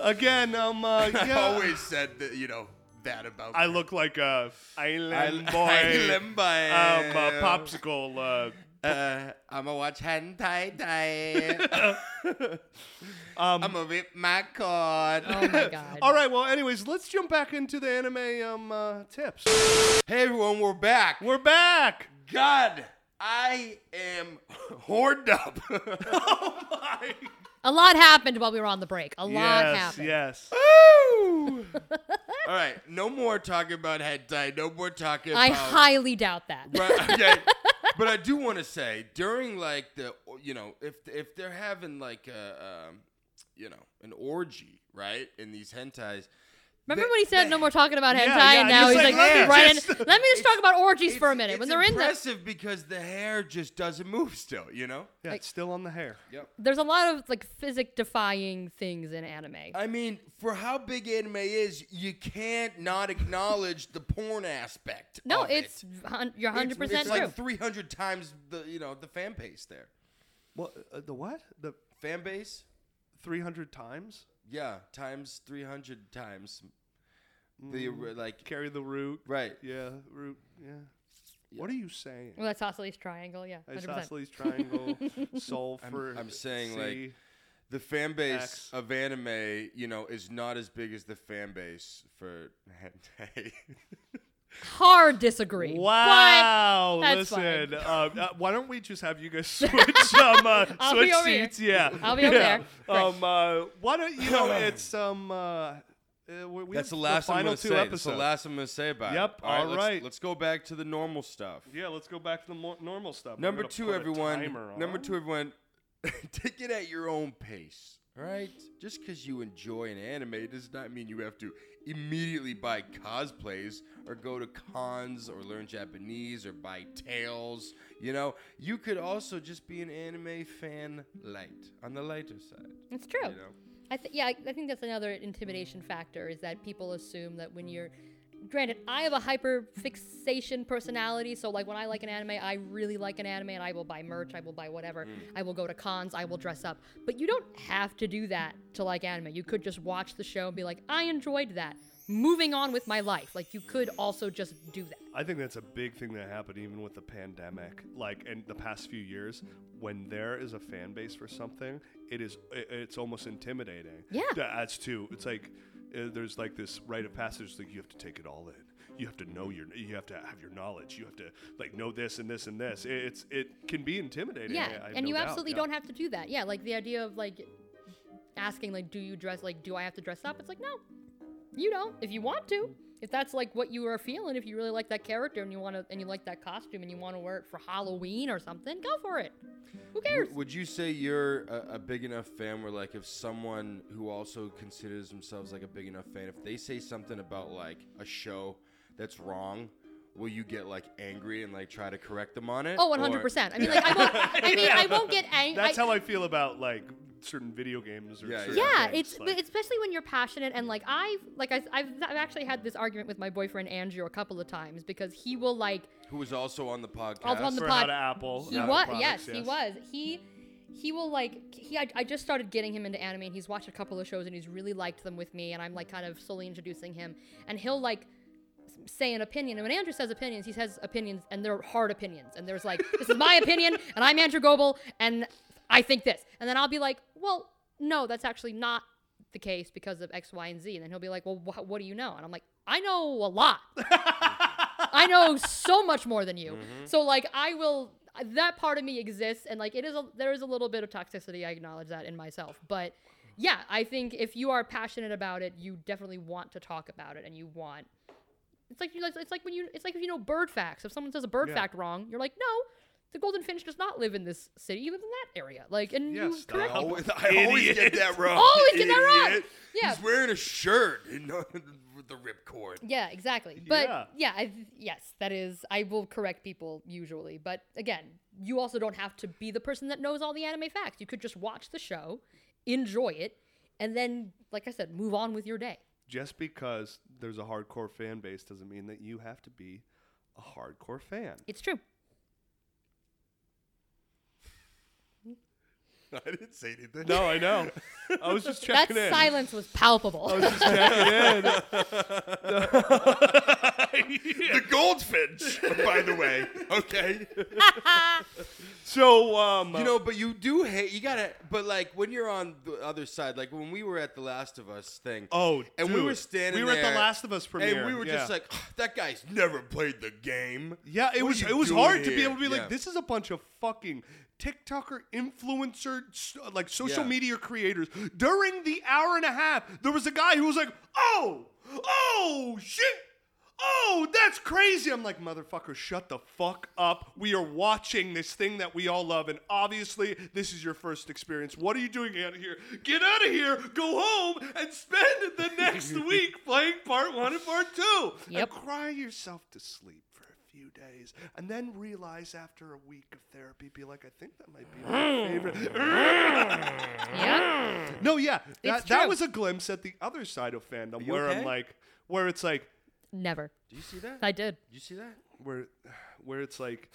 Speaker 1: Again, um, uh,
Speaker 2: I
Speaker 1: yeah,
Speaker 2: always said that, you know, that about
Speaker 1: I look like a island
Speaker 2: I-
Speaker 1: boy,
Speaker 2: island boy.
Speaker 1: um, uh, popsicle uh,
Speaker 2: uh, I'ma watch hentai day.
Speaker 1: Um,
Speaker 2: I'ma whip my cord.
Speaker 3: Oh my god.
Speaker 1: All right. Well, anyways, let's jump back into the anime um uh, tips.
Speaker 2: Hey everyone, we're back.
Speaker 1: We're back.
Speaker 2: God, I am horned up.
Speaker 1: Oh my.
Speaker 3: A lot happened while we were on the break. A lot
Speaker 1: Yes.
Speaker 3: happened.
Speaker 1: Yes.
Speaker 2: Woo! All right, no more talking about hentai. No more talking.
Speaker 3: I
Speaker 2: about
Speaker 3: highly doubt that.
Speaker 2: Right, okay. but I do want to say during like the you know if if they're having like a um, you know an orgy right in these hentais.
Speaker 3: Remember
Speaker 2: the-
Speaker 3: when he said
Speaker 2: the-
Speaker 3: no more talking about hentai?
Speaker 1: Yeah, yeah,
Speaker 3: and now
Speaker 1: he's
Speaker 3: he's
Speaker 1: like,
Speaker 3: like,
Speaker 1: "Let
Speaker 3: let
Speaker 1: me
Speaker 3: me right
Speaker 1: just-
Speaker 3: in. Let me just talk about orgies for a minute.
Speaker 2: It's
Speaker 3: When they're in there,
Speaker 2: impressive because the hair just doesn't move still. You know.
Speaker 1: Yeah, it's still on the hair.
Speaker 3: there's a lot of like physic defying things in anime.
Speaker 2: I mean, for how big anime is, you can't not acknowledge the porn aspect.
Speaker 3: no,
Speaker 2: of it.
Speaker 3: it's hun- you're
Speaker 2: It's-
Speaker 3: 100 percent
Speaker 2: It's
Speaker 3: true.
Speaker 2: like 300 times the you know the fan base there.
Speaker 1: Well, uh, the what? The
Speaker 2: Fan base.
Speaker 1: three hundred times.
Speaker 2: Yeah, times 300 times the ori- like
Speaker 1: Carry the root.
Speaker 2: right.
Speaker 1: Yeah. Root. Yeah. What are you saying?
Speaker 3: well, that's Oscillate's triangle. Yeah, 100. percent
Speaker 1: Isosceles triangle. sulfur.
Speaker 2: I'm saying,
Speaker 1: C.
Speaker 2: like, The fan base
Speaker 1: X.
Speaker 2: of anime, you know, is not as big as the fan base for hentai.
Speaker 3: Hard disagree. but
Speaker 1: Wow!
Speaker 3: that's
Speaker 1: Listen,
Speaker 3: fine.
Speaker 1: um, uh, why don't we just have you guys switch um, uh,
Speaker 3: I'll be
Speaker 1: switch
Speaker 3: over here.
Speaker 1: seats? Yeah,
Speaker 3: I'll be over
Speaker 1: Yeah.
Speaker 3: there.
Speaker 1: Um, uh, why don't you know it's um. Uh, uh, we- we
Speaker 2: That's the
Speaker 1: have
Speaker 2: last
Speaker 1: the
Speaker 2: I'm
Speaker 1: final
Speaker 2: gonna
Speaker 1: two
Speaker 2: say. That's
Speaker 1: episodes.
Speaker 2: the last I'm gonna say about it.
Speaker 1: Yep, all
Speaker 2: let's-
Speaker 1: right.
Speaker 2: Let's, go back to the normal stuff.
Speaker 1: Yeah, let's go back to the more normal stuff. We're
Speaker 2: Number
Speaker 1: gonna
Speaker 2: two,
Speaker 1: put a
Speaker 2: everyone.
Speaker 1: timer on.
Speaker 2: Number two, everyone. Take it at your own pace. All right. Just because you enjoy an anime does not mean you have to immediately buy cosplays or go to cons or learn Japanese or buy tails. You know, you could also just be an anime fan light on the lighter side.
Speaker 3: It's true.
Speaker 2: You know.
Speaker 3: I th- yeah, I, I think that's another intimidation factor is that people assume that when you're granted i have a hyper fixation personality so like when i like an anime i really like an anime and i will buy merch i will buy whatever
Speaker 2: Mm.
Speaker 3: i will go to cons i will dress up but you don't have to do that to like anime you could just watch the show and be like i enjoyed that moving on with my life like you could also just do that
Speaker 1: I think that's a big thing that happened even with the pandemic. Like in the past few years, when there is a fan base for something, it is i- it's almost intimidating.
Speaker 3: Yeah.
Speaker 1: Th- As to it's like uh, there's like this rite of passage like you have to take it all in. You have to know your you have to have your knowledge. You have to like know this and this and this. I- It's it can be intimidating.
Speaker 3: yeah
Speaker 1: I- I have
Speaker 3: and
Speaker 1: no
Speaker 3: you
Speaker 1: doubt,
Speaker 3: absolutely
Speaker 1: yeah.
Speaker 3: don't have to do that yeah like the idea of like asking like do you dress like do i have to dress up it's like no you don't if you want to if that's like what you are feeling if you really like that character and you want to and you like that costume and you want to wear it for halloween or something go for it who cares
Speaker 2: Would, would you say you're a, a big enough fan where, like, if someone who also considers themselves like a big enough fan, if they say something about like a show that's wrong, will you get like angry and like try to correct them on it?
Speaker 3: oh
Speaker 2: Or-
Speaker 3: 100% i mean like i won't i mean i won't get angry
Speaker 1: That's how I feel about like certain video games or
Speaker 2: Yeah,
Speaker 1: certain
Speaker 3: yeah
Speaker 1: things,
Speaker 3: it's
Speaker 1: like-
Speaker 3: but especially when you're passionate and like i've like I, I've, I've actually had this argument with my boyfriend andrew a couple of times because he will like
Speaker 2: Who was also on the podcast?
Speaker 3: Also on the
Speaker 1: for how
Speaker 3: pod-
Speaker 1: to Apple.
Speaker 3: He
Speaker 1: Apple
Speaker 3: was,
Speaker 1: products,
Speaker 3: yes, he was. He he will like he. I, I just started getting him into anime, and he's watched a couple of shows, and he's really liked them with me, and I'm like kind of slowly introducing him, and he'll like s- say an opinion and when andrew says opinions he says opinions and they're hard opinions and there's like this is my opinion and i'm andrew goebel and i think this and then i'll be like well no that's actually not the case because of x y and z and then he'll be like well wh- what do you know and i'm like i know a lot I know so much more than you.
Speaker 1: Mm-hmm.
Speaker 3: So like I will that part of me exists and like it is a there is a little bit of toxicity. I acknowledge that in myself. But yeah, I think if you are passionate about it, you definitely want to talk about it and you want it's like you like it's like when you it's like if you know bird facts. If someone says a bird
Speaker 1: Yeah.
Speaker 3: fact wrong, you're like, "No, the golden finch does not live in this city. He lives in that area." Like and
Speaker 1: Yes, Oh,
Speaker 3: you
Speaker 1: the
Speaker 2: I
Speaker 3: correct
Speaker 1: hell-
Speaker 2: always, I always get that wrong.
Speaker 3: Always get that wrong.
Speaker 2: Idiot.
Speaker 3: Yeah.
Speaker 2: He's wearing a shirt and not with the ripcord.
Speaker 3: Yeah, exactly. But
Speaker 1: Yeah.
Speaker 3: yeah, I, yes, that is. I will correct people usually, but again, you also don't have to be the person that knows all the anime facts. You could just watch the show, enjoy it, and then, like I said, move on with your day.
Speaker 1: just because there's a hardcore fan base doesn't mean that you have to be a hardcore fan.
Speaker 3: It's true.
Speaker 2: I didn't say anything.
Speaker 1: No, I know. I was just
Speaker 3: That
Speaker 1: checking in.
Speaker 3: Oh, silence was palpable.
Speaker 1: I was just checking in. the goldfinch, by the way.
Speaker 2: Okay.
Speaker 1: So, um,
Speaker 2: You know, but you do hate. You gotta. But like when you're on the other side, like when we were at the Last of Us thing.
Speaker 1: oh,
Speaker 2: and we
Speaker 1: dude,
Speaker 2: were standing.
Speaker 1: We were at
Speaker 2: there,
Speaker 1: the Last of Us premiere,
Speaker 2: And we were just
Speaker 1: yeah.
Speaker 2: like, "Ugh, that guy's never played the game.
Speaker 1: Yeah, it
Speaker 2: What
Speaker 1: was
Speaker 2: are
Speaker 1: it
Speaker 2: you
Speaker 1: was
Speaker 2: doing
Speaker 1: hard to be
Speaker 2: here?"
Speaker 1: able to be
Speaker 2: Yeah.
Speaker 1: like, this is a bunch of fucking TikToker influencer s- like social
Speaker 2: Yeah.
Speaker 1: media creators. During the hour and a half, there was a guy who was like, oh, oh shit. Oh, that's crazy. I'm like, motherfucker, shut the fuck up. We are watching this thing that we all love, and obviously, this is your first experience. What are you doing out here? Get out of here, go home, and spend the next week playing part one and part two. And
Speaker 3: Yep.
Speaker 1: cry yourself to sleep for a few days and then realize after a week of therapy be like i think that might be my favorite
Speaker 3: Yeah.
Speaker 1: no yeah that, that
Speaker 3: true.
Speaker 1: was a glimpse at the other side of fandom
Speaker 2: you
Speaker 1: where i'm
Speaker 2: okay?
Speaker 1: like where it's like
Speaker 3: Never.
Speaker 2: Do you see that?
Speaker 3: I did.
Speaker 2: Do you see that?
Speaker 1: where where it's like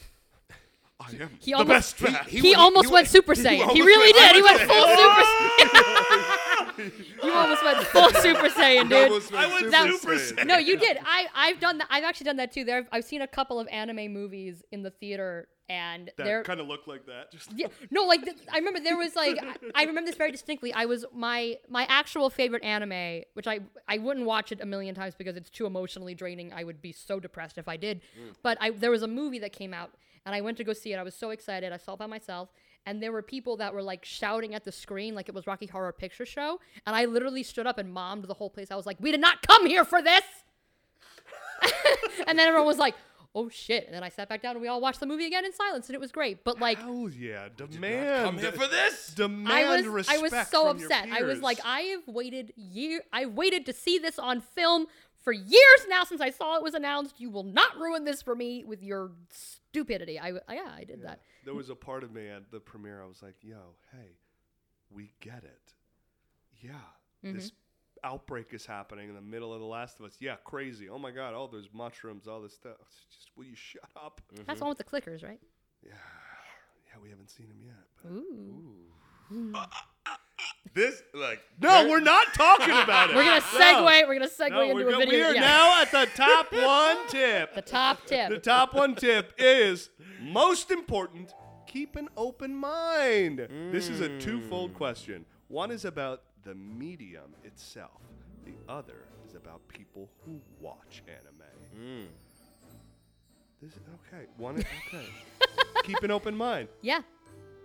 Speaker 1: i am
Speaker 3: He
Speaker 1: the best
Speaker 3: almost-
Speaker 1: fan.
Speaker 3: He, almost went, Super Saiyan. He really did. He went full Super Saiyan. you almost went full Super Saiyan, dude.
Speaker 1: I went
Speaker 3: That was-
Speaker 1: Super Saiyan.
Speaker 3: No, you did. I, I've done that. I've actually done that too. There, I've, I've seen a couple of anime movies in the theater, and they're
Speaker 1: that kind of looked like that just
Speaker 3: yeah, no, like th- I remember there was like I, I remember this very distinctly. I was my my actual favorite anime, which I I wouldn't watch it a million times because it's too emotionally draining. I would be so depressed if I did. But I there was a movie that came out, and I went to go see it. I was so excited. I saw it by myself, and there were people that were like shouting at the screen like it was Rocky Horror Picture Show, and I literally stood up and mommed the whole place. I was like, "We did not come here for this." and then everyone was like. Oh shit! And then I sat back down and we all watched the movie again in silence, and it was great. But like,
Speaker 1: hell yeah
Speaker 2: I'm
Speaker 1: demand
Speaker 2: here for this.
Speaker 1: demand
Speaker 3: I was
Speaker 1: respect
Speaker 3: I was so
Speaker 1: from your
Speaker 3: upset. I was
Speaker 1: peers.
Speaker 3: like, I have waited year I waited to see this on film for years now since I saw it was announced. You will not ruin this for me with your stupidity. I w- yeah, I did that.
Speaker 1: there was a part of me at the premiere I was like, yo, hey, we get it. Yeah.
Speaker 3: Mm-hmm.
Speaker 1: This outbreak is happening in the middle of The Last of Us. Yeah, crazy. Oh my God. Oh, there's mushrooms, all this stuff. It's Just will you shut up?
Speaker 3: That's
Speaker 2: Mm-hmm.
Speaker 3: the one with the clickers, right?
Speaker 1: Yeah. Yeah, we haven't seen him yet. but-
Speaker 3: Ooh.
Speaker 2: This like
Speaker 1: No, we're not talking about it.
Speaker 3: We're gonna segue. We're gonna segue
Speaker 1: Ah, No,
Speaker 3: into
Speaker 1: we're
Speaker 3: a
Speaker 1: go-
Speaker 3: video.
Speaker 1: we are
Speaker 3: yeah.
Speaker 1: now at the top one tip.
Speaker 3: the top tip.
Speaker 1: The top one tip is most important, keep an open mind. This is a twofold question. One is about the medium itself, the other is about people who watch anime.
Speaker 3: Hmm.
Speaker 1: This okay. One is okay. keep an open mind.
Speaker 3: yeah.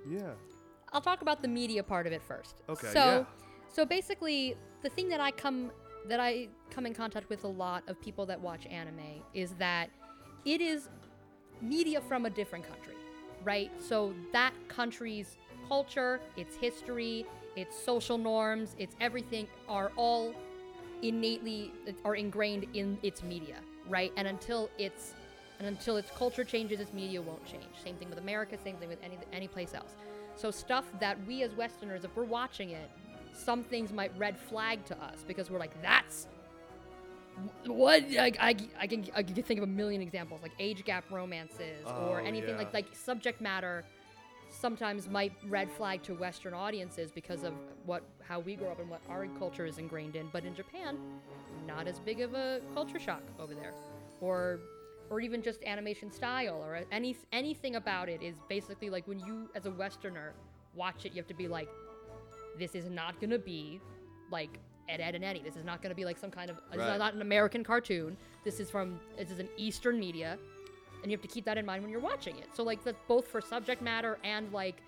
Speaker 1: Yeah.
Speaker 3: I'll talk about the media part of it first.
Speaker 1: Okay,
Speaker 3: So,
Speaker 1: yeah.
Speaker 3: so basically, the thing that I come that I come in contact with a lot of people that watch anime is that it is media from a different country, right? So that country's culture, its history, its social norms, its everything are all innately are ingrained in its media, right? And until it's and until its culture changes, its media won't change. Same thing with America, same thing with any any place else. So stuff that we as Westerners, if we're watching it, some things might red flag to us because we're like, that's what I, I, I can I can think of a million examples like age gap romances or
Speaker 1: Oh,
Speaker 3: anything
Speaker 1: yeah.
Speaker 3: like like subject matter sometimes might red flag to Western audiences because of what how we grow up and what our culture is ingrained in. But in Japan, not as big of a culture shock over there, or or even just animation style or any anything about it is basically like when you as a Westerner watch it, you have to be like, this is not gonna be like Ed Ed and Eddie. This is not gonna be like some kind of this
Speaker 2: Right.
Speaker 3: is not an American cartoon. This is from this is an Eastern media and you have to keep that in mind when you're watching it. So like that's both for subject matter and like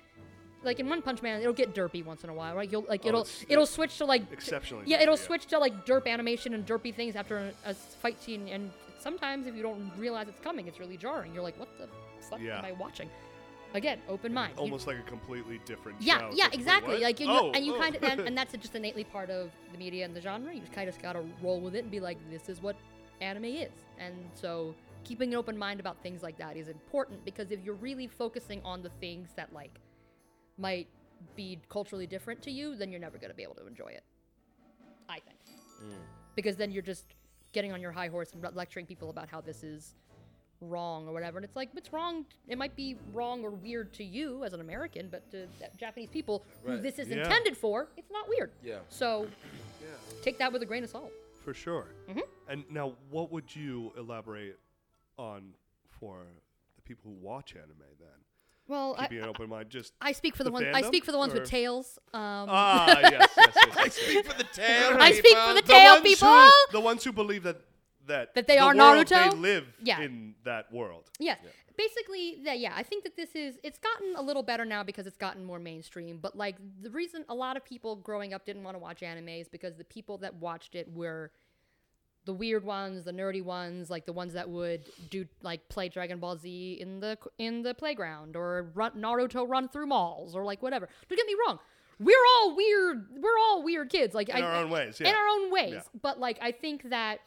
Speaker 3: like in One Punch Man, it'll get derpy once in a while, right? You'll like it'll
Speaker 1: it's-
Speaker 3: it'll switch to like
Speaker 1: Oh, Exceptionally
Speaker 3: yeah, it'll
Speaker 1: derpy, yeah.
Speaker 3: switch to like derp animation and derpy things after a, a fight scene, and sometimes if you don't realize it's coming, it's really jarring. You're like, what the fuck
Speaker 1: Yeah.
Speaker 3: am I watching? Again, open mind. You-
Speaker 1: Almost like a completely different
Speaker 3: yeah,
Speaker 1: show. It's
Speaker 3: yeah,
Speaker 1: like, wait,
Speaker 3: exactly.
Speaker 1: what?
Speaker 3: Like, and you,
Speaker 1: Oh,
Speaker 3: and you
Speaker 1: oh.
Speaker 3: kind of, and, and that's just innately part of the media and the genre. You kind of just gotta roll with it and be like, this is what anime is. And so, keeping an open mind about things like that is important because if you're really focusing on the things that like might be culturally different to you, then you're never gonna be able to enjoy it. I think,
Speaker 2: Mm.
Speaker 3: because then you're just getting on your high horse and lecturing people about how this is wrong or whatever. And it's like, what's wrong? It might be wrong or weird to you as an American, but to the Japanese people who
Speaker 2: Right.
Speaker 3: this is
Speaker 1: Yeah.
Speaker 3: intended for, it's not weird.
Speaker 2: Yeah.
Speaker 3: So take that with a grain of salt.
Speaker 1: for sure.
Speaker 3: Mm-hmm.
Speaker 1: And now, what would you elaborate on for the people who watch anime then?
Speaker 3: Well, I,
Speaker 1: Keeping an open mind, just
Speaker 3: I speak for the,
Speaker 1: The
Speaker 3: ones. I
Speaker 1: fandom,
Speaker 3: speak for the ones
Speaker 1: or-
Speaker 3: with tails. Um,
Speaker 1: ah yes, yes, yes, yes, yes.
Speaker 2: Speak for the tail.
Speaker 3: I speak for the tail
Speaker 1: ones
Speaker 3: people.
Speaker 1: Who, the ones who believe that that
Speaker 3: That they
Speaker 1: the
Speaker 3: are
Speaker 1: world
Speaker 3: Naruto?
Speaker 1: They live
Speaker 3: Yeah.
Speaker 1: in that world.
Speaker 3: Yeah. Basically, yeah, yeah, I think that this is it's gotten a little better now because it's gotten more mainstream. But like the reason a lot of people growing up didn't want to watch anime is because the people that watched it were the weird ones, the nerdy ones, like the ones that would do like play Dragon Ball Z in the in the playground or run, Naruto run through malls or like whatever. Don't get me wrong, we're all weird. We're all weird kids, like in
Speaker 1: our own ways,
Speaker 3: In
Speaker 1: yeah.
Speaker 3: our own ways,
Speaker 1: Yeah.
Speaker 3: but like I think that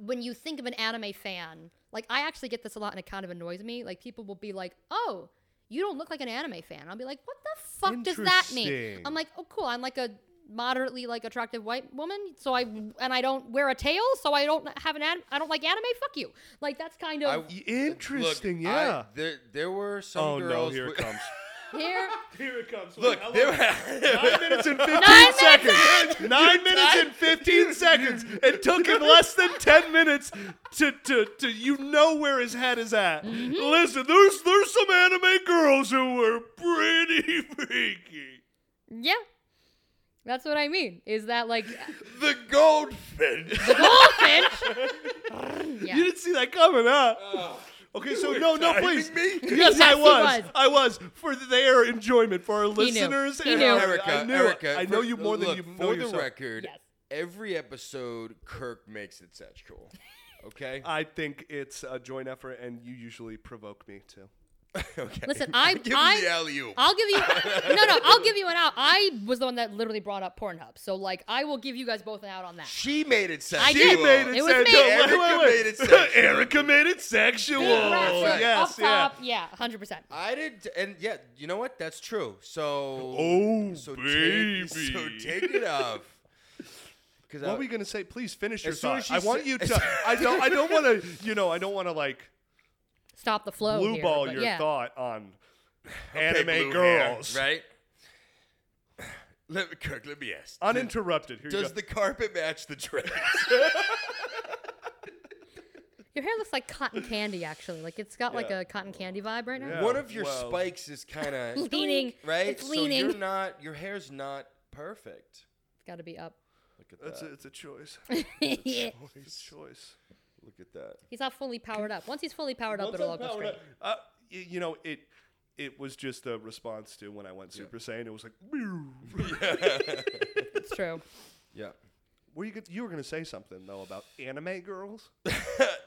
Speaker 3: when you think of an anime fan, like I actually get this a lot and it kind of annoys me. Like people will be like, "Oh, you don't look like an anime fan." I'll be like, "What the fuck does that mean?"
Speaker 1: Interesting.
Speaker 3: I'm like, "Oh, cool. I'm like a moderately like attractive white woman, so I and I don't wear a tail, so I don't have an an- I don't like anime. Fuck you." Like that's kind of
Speaker 1: Y- Interesting, yeah.
Speaker 2: there, there were some
Speaker 1: oh no,
Speaker 2: girls.
Speaker 1: here it
Speaker 2: wi-
Speaker 1: comes.
Speaker 3: here.
Speaker 1: here it comes. Wait,
Speaker 2: Look,
Speaker 1: how
Speaker 2: there
Speaker 1: long-
Speaker 2: were-
Speaker 1: nine minutes and fifteen
Speaker 3: Nine
Speaker 1: seconds. Nine minutes and fifteen seconds. It took him less than ten minutes to to, to you know where his head is at. Listen, there's there's some anime girls who were pretty freaky.
Speaker 3: Yeah. That's what I mean. Is that like
Speaker 2: the goldfinch.
Speaker 3: goldfinch? yeah.
Speaker 1: You didn't see that coming, huh? Okay, so no, no,
Speaker 2: timing
Speaker 1: please.
Speaker 2: me?
Speaker 1: Yes, I
Speaker 3: Yes, he
Speaker 1: was.
Speaker 3: was.
Speaker 1: I was for their enjoyment, for our
Speaker 3: knew.
Speaker 1: listeners.
Speaker 3: He
Speaker 1: and
Speaker 3: knew.
Speaker 1: our-
Speaker 2: Erica,
Speaker 1: I knew it.
Speaker 2: Erica,
Speaker 1: I know
Speaker 2: for-
Speaker 1: you more than
Speaker 2: look,
Speaker 1: you
Speaker 2: For
Speaker 1: know
Speaker 2: the
Speaker 1: yourself.
Speaker 2: record,
Speaker 3: Yes.
Speaker 2: every episode Kirk makes it sexual. Okay.
Speaker 1: I think it's a joint effort, and you usually provoke me too.
Speaker 2: okay.
Speaker 3: Listen, I
Speaker 2: give
Speaker 3: I
Speaker 2: him the alley oop.
Speaker 3: I'll give you no, no. I'll give you an out. I was the one that literally brought up Pornhub, so like I will give you guys both an out on that.
Speaker 2: She made it sexual.
Speaker 3: did. She
Speaker 1: made it,
Speaker 3: It was me.
Speaker 1: sexual. Wait,
Speaker 2: Erica
Speaker 1: wait, wait.
Speaker 2: made it sexual.
Speaker 1: Erica made it sexual.
Speaker 3: Big raffle, up
Speaker 1: Oh, Yes, yeah.
Speaker 3: top, yeah, hundred percent.
Speaker 2: I did, and yeah, you know what? That's true. So,
Speaker 1: Oh,
Speaker 2: so
Speaker 1: baby.
Speaker 2: take, so take it off. Because
Speaker 1: What were you gonna say? Please finish your
Speaker 2: As soon
Speaker 1: thought.
Speaker 2: as
Speaker 1: I
Speaker 2: she
Speaker 1: want
Speaker 2: sa-
Speaker 1: you to. I don't. I don't want to. You know. I don't want to like
Speaker 3: Stop the flow.
Speaker 1: blue
Speaker 3: here,
Speaker 1: ball
Speaker 3: but
Speaker 1: your
Speaker 3: yeah.
Speaker 1: thought on
Speaker 2: Okay,
Speaker 1: anime
Speaker 2: blue hair,
Speaker 1: girls.
Speaker 2: right? Let me, Kirk, let me ask.
Speaker 1: Uninterrupted. Here you
Speaker 2: Does
Speaker 1: go.
Speaker 2: the carpet match the dress?
Speaker 3: Your hair looks like cotton candy, actually. Like it's got like
Speaker 1: Yeah.
Speaker 3: a cotton candy vibe right now.
Speaker 1: Yeah,
Speaker 2: One of your
Speaker 1: well.
Speaker 2: spikes is kind of
Speaker 3: Leaning,
Speaker 2: right.
Speaker 3: It's
Speaker 2: So
Speaker 3: leaning.
Speaker 2: you're not. Your hair's not perfect.
Speaker 3: it's got to be up.
Speaker 2: Look at
Speaker 1: That's
Speaker 2: that.
Speaker 1: a, it's a choice.
Speaker 3: Yeah.
Speaker 1: It's a choice.
Speaker 2: Look at that.
Speaker 3: He's not fully powered up. Once he's fully powered up,
Speaker 1: Once
Speaker 3: it'll all
Speaker 1: I'm
Speaker 3: go
Speaker 1: powered
Speaker 3: straight.
Speaker 1: up- uh, y- you know it. It was just a response to when I went Super Saiyan. It was like, "Meow."
Speaker 3: It's true.
Speaker 2: Yeah.
Speaker 1: were you? gonna- You were gonna say something though about anime girls.
Speaker 2: Uh,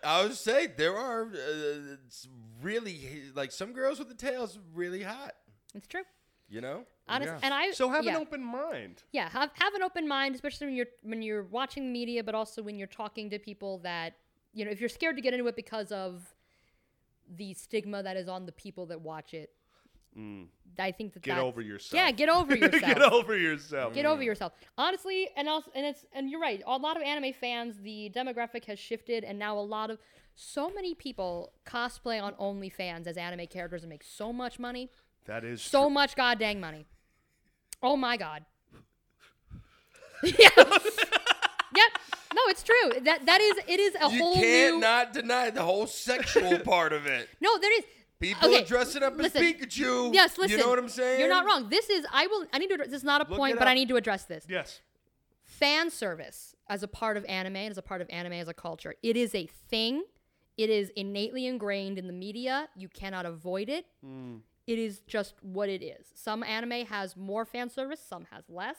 Speaker 2: I would say there are uh, it's really like some girls with the tails really hot.
Speaker 3: It's true.
Speaker 2: You know.
Speaker 3: Honest,
Speaker 2: Yeah.
Speaker 3: and I
Speaker 1: So have
Speaker 3: yeah.
Speaker 1: an open mind.
Speaker 3: yeah have, have an open mind especially when you're when you're watching the media but also when you're talking to people that you know if you're scared to get into it because of the stigma that is on the people that watch it i think that
Speaker 1: Mm. Get
Speaker 3: that's-
Speaker 1: over yourself.
Speaker 3: yeah get over yourself
Speaker 1: Get over yourself.
Speaker 3: Get over yourself. Honestly, and also, and it's and you're right. A lot of anime fans, the demographic has shifted, and now a lot of so many people cosplay on OnlyFans as anime characters and make so much money,
Speaker 1: that is
Speaker 3: so much goddamn money. Oh my god. yeah. yep. No, it's true. That that is it is a
Speaker 2: You
Speaker 3: whole
Speaker 2: can't
Speaker 3: new.
Speaker 2: not deny the whole sexual part of it.
Speaker 3: no, there is.
Speaker 2: People
Speaker 3: okay,
Speaker 2: are dressing up
Speaker 3: listen.
Speaker 2: as Pikachu.
Speaker 3: Yes, listen.
Speaker 2: You know what I'm saying?
Speaker 3: You're not wrong. This is I will I need to address- this is not a
Speaker 2: Look
Speaker 3: point,
Speaker 2: it
Speaker 3: but I
Speaker 2: up.
Speaker 3: need to address this.
Speaker 1: yes.
Speaker 3: fan service as a part of anime and as a part of anime as a culture. It is a thing. It is innately ingrained in the media. You cannot avoid it. It is just what it is. Some anime has more fan service, some has less.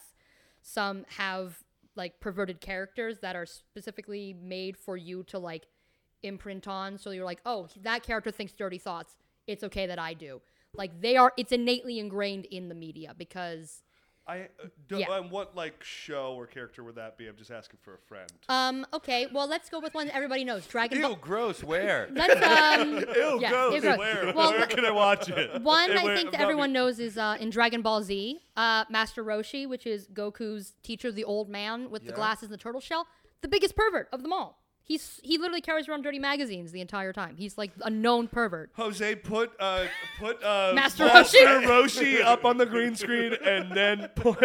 Speaker 3: Some have like perverted characters that are specifically made for you to like imprint on. So you're like, oh, that character thinks dirty thoughts. It's okay that I do. Like they are, it's innately ingrained in the media because
Speaker 1: I uh, do,
Speaker 3: Yeah.
Speaker 1: and what like show or character would that be? I'm just asking for a friend.
Speaker 3: Um. Okay. Well, let's go with one that everybody knows. Dragon
Speaker 2: Ew,
Speaker 3: Ball.
Speaker 2: gross. Where?
Speaker 3: Let's um.
Speaker 1: Ew,
Speaker 3: yeah,
Speaker 1: gross.
Speaker 3: ew, gross.
Speaker 1: Where,
Speaker 3: Well,
Speaker 1: where
Speaker 3: let-
Speaker 1: can I watch it?
Speaker 3: one
Speaker 1: And
Speaker 3: I
Speaker 1: where-
Speaker 3: think that
Speaker 1: about
Speaker 3: everyone
Speaker 1: me.
Speaker 3: knows is uh, in Dragon Ball Z, uh, Master Roshi, which is Goku's teacher, the old man with the glasses and the turtle shell, the biggest pervert of them all. He's he literally carries around dirty magazines the entire time. He's like a known pervert.
Speaker 1: Jose put uh, put uh,
Speaker 3: Master
Speaker 1: Walter
Speaker 3: Roshi?
Speaker 1: Roshi up on the green screen and then put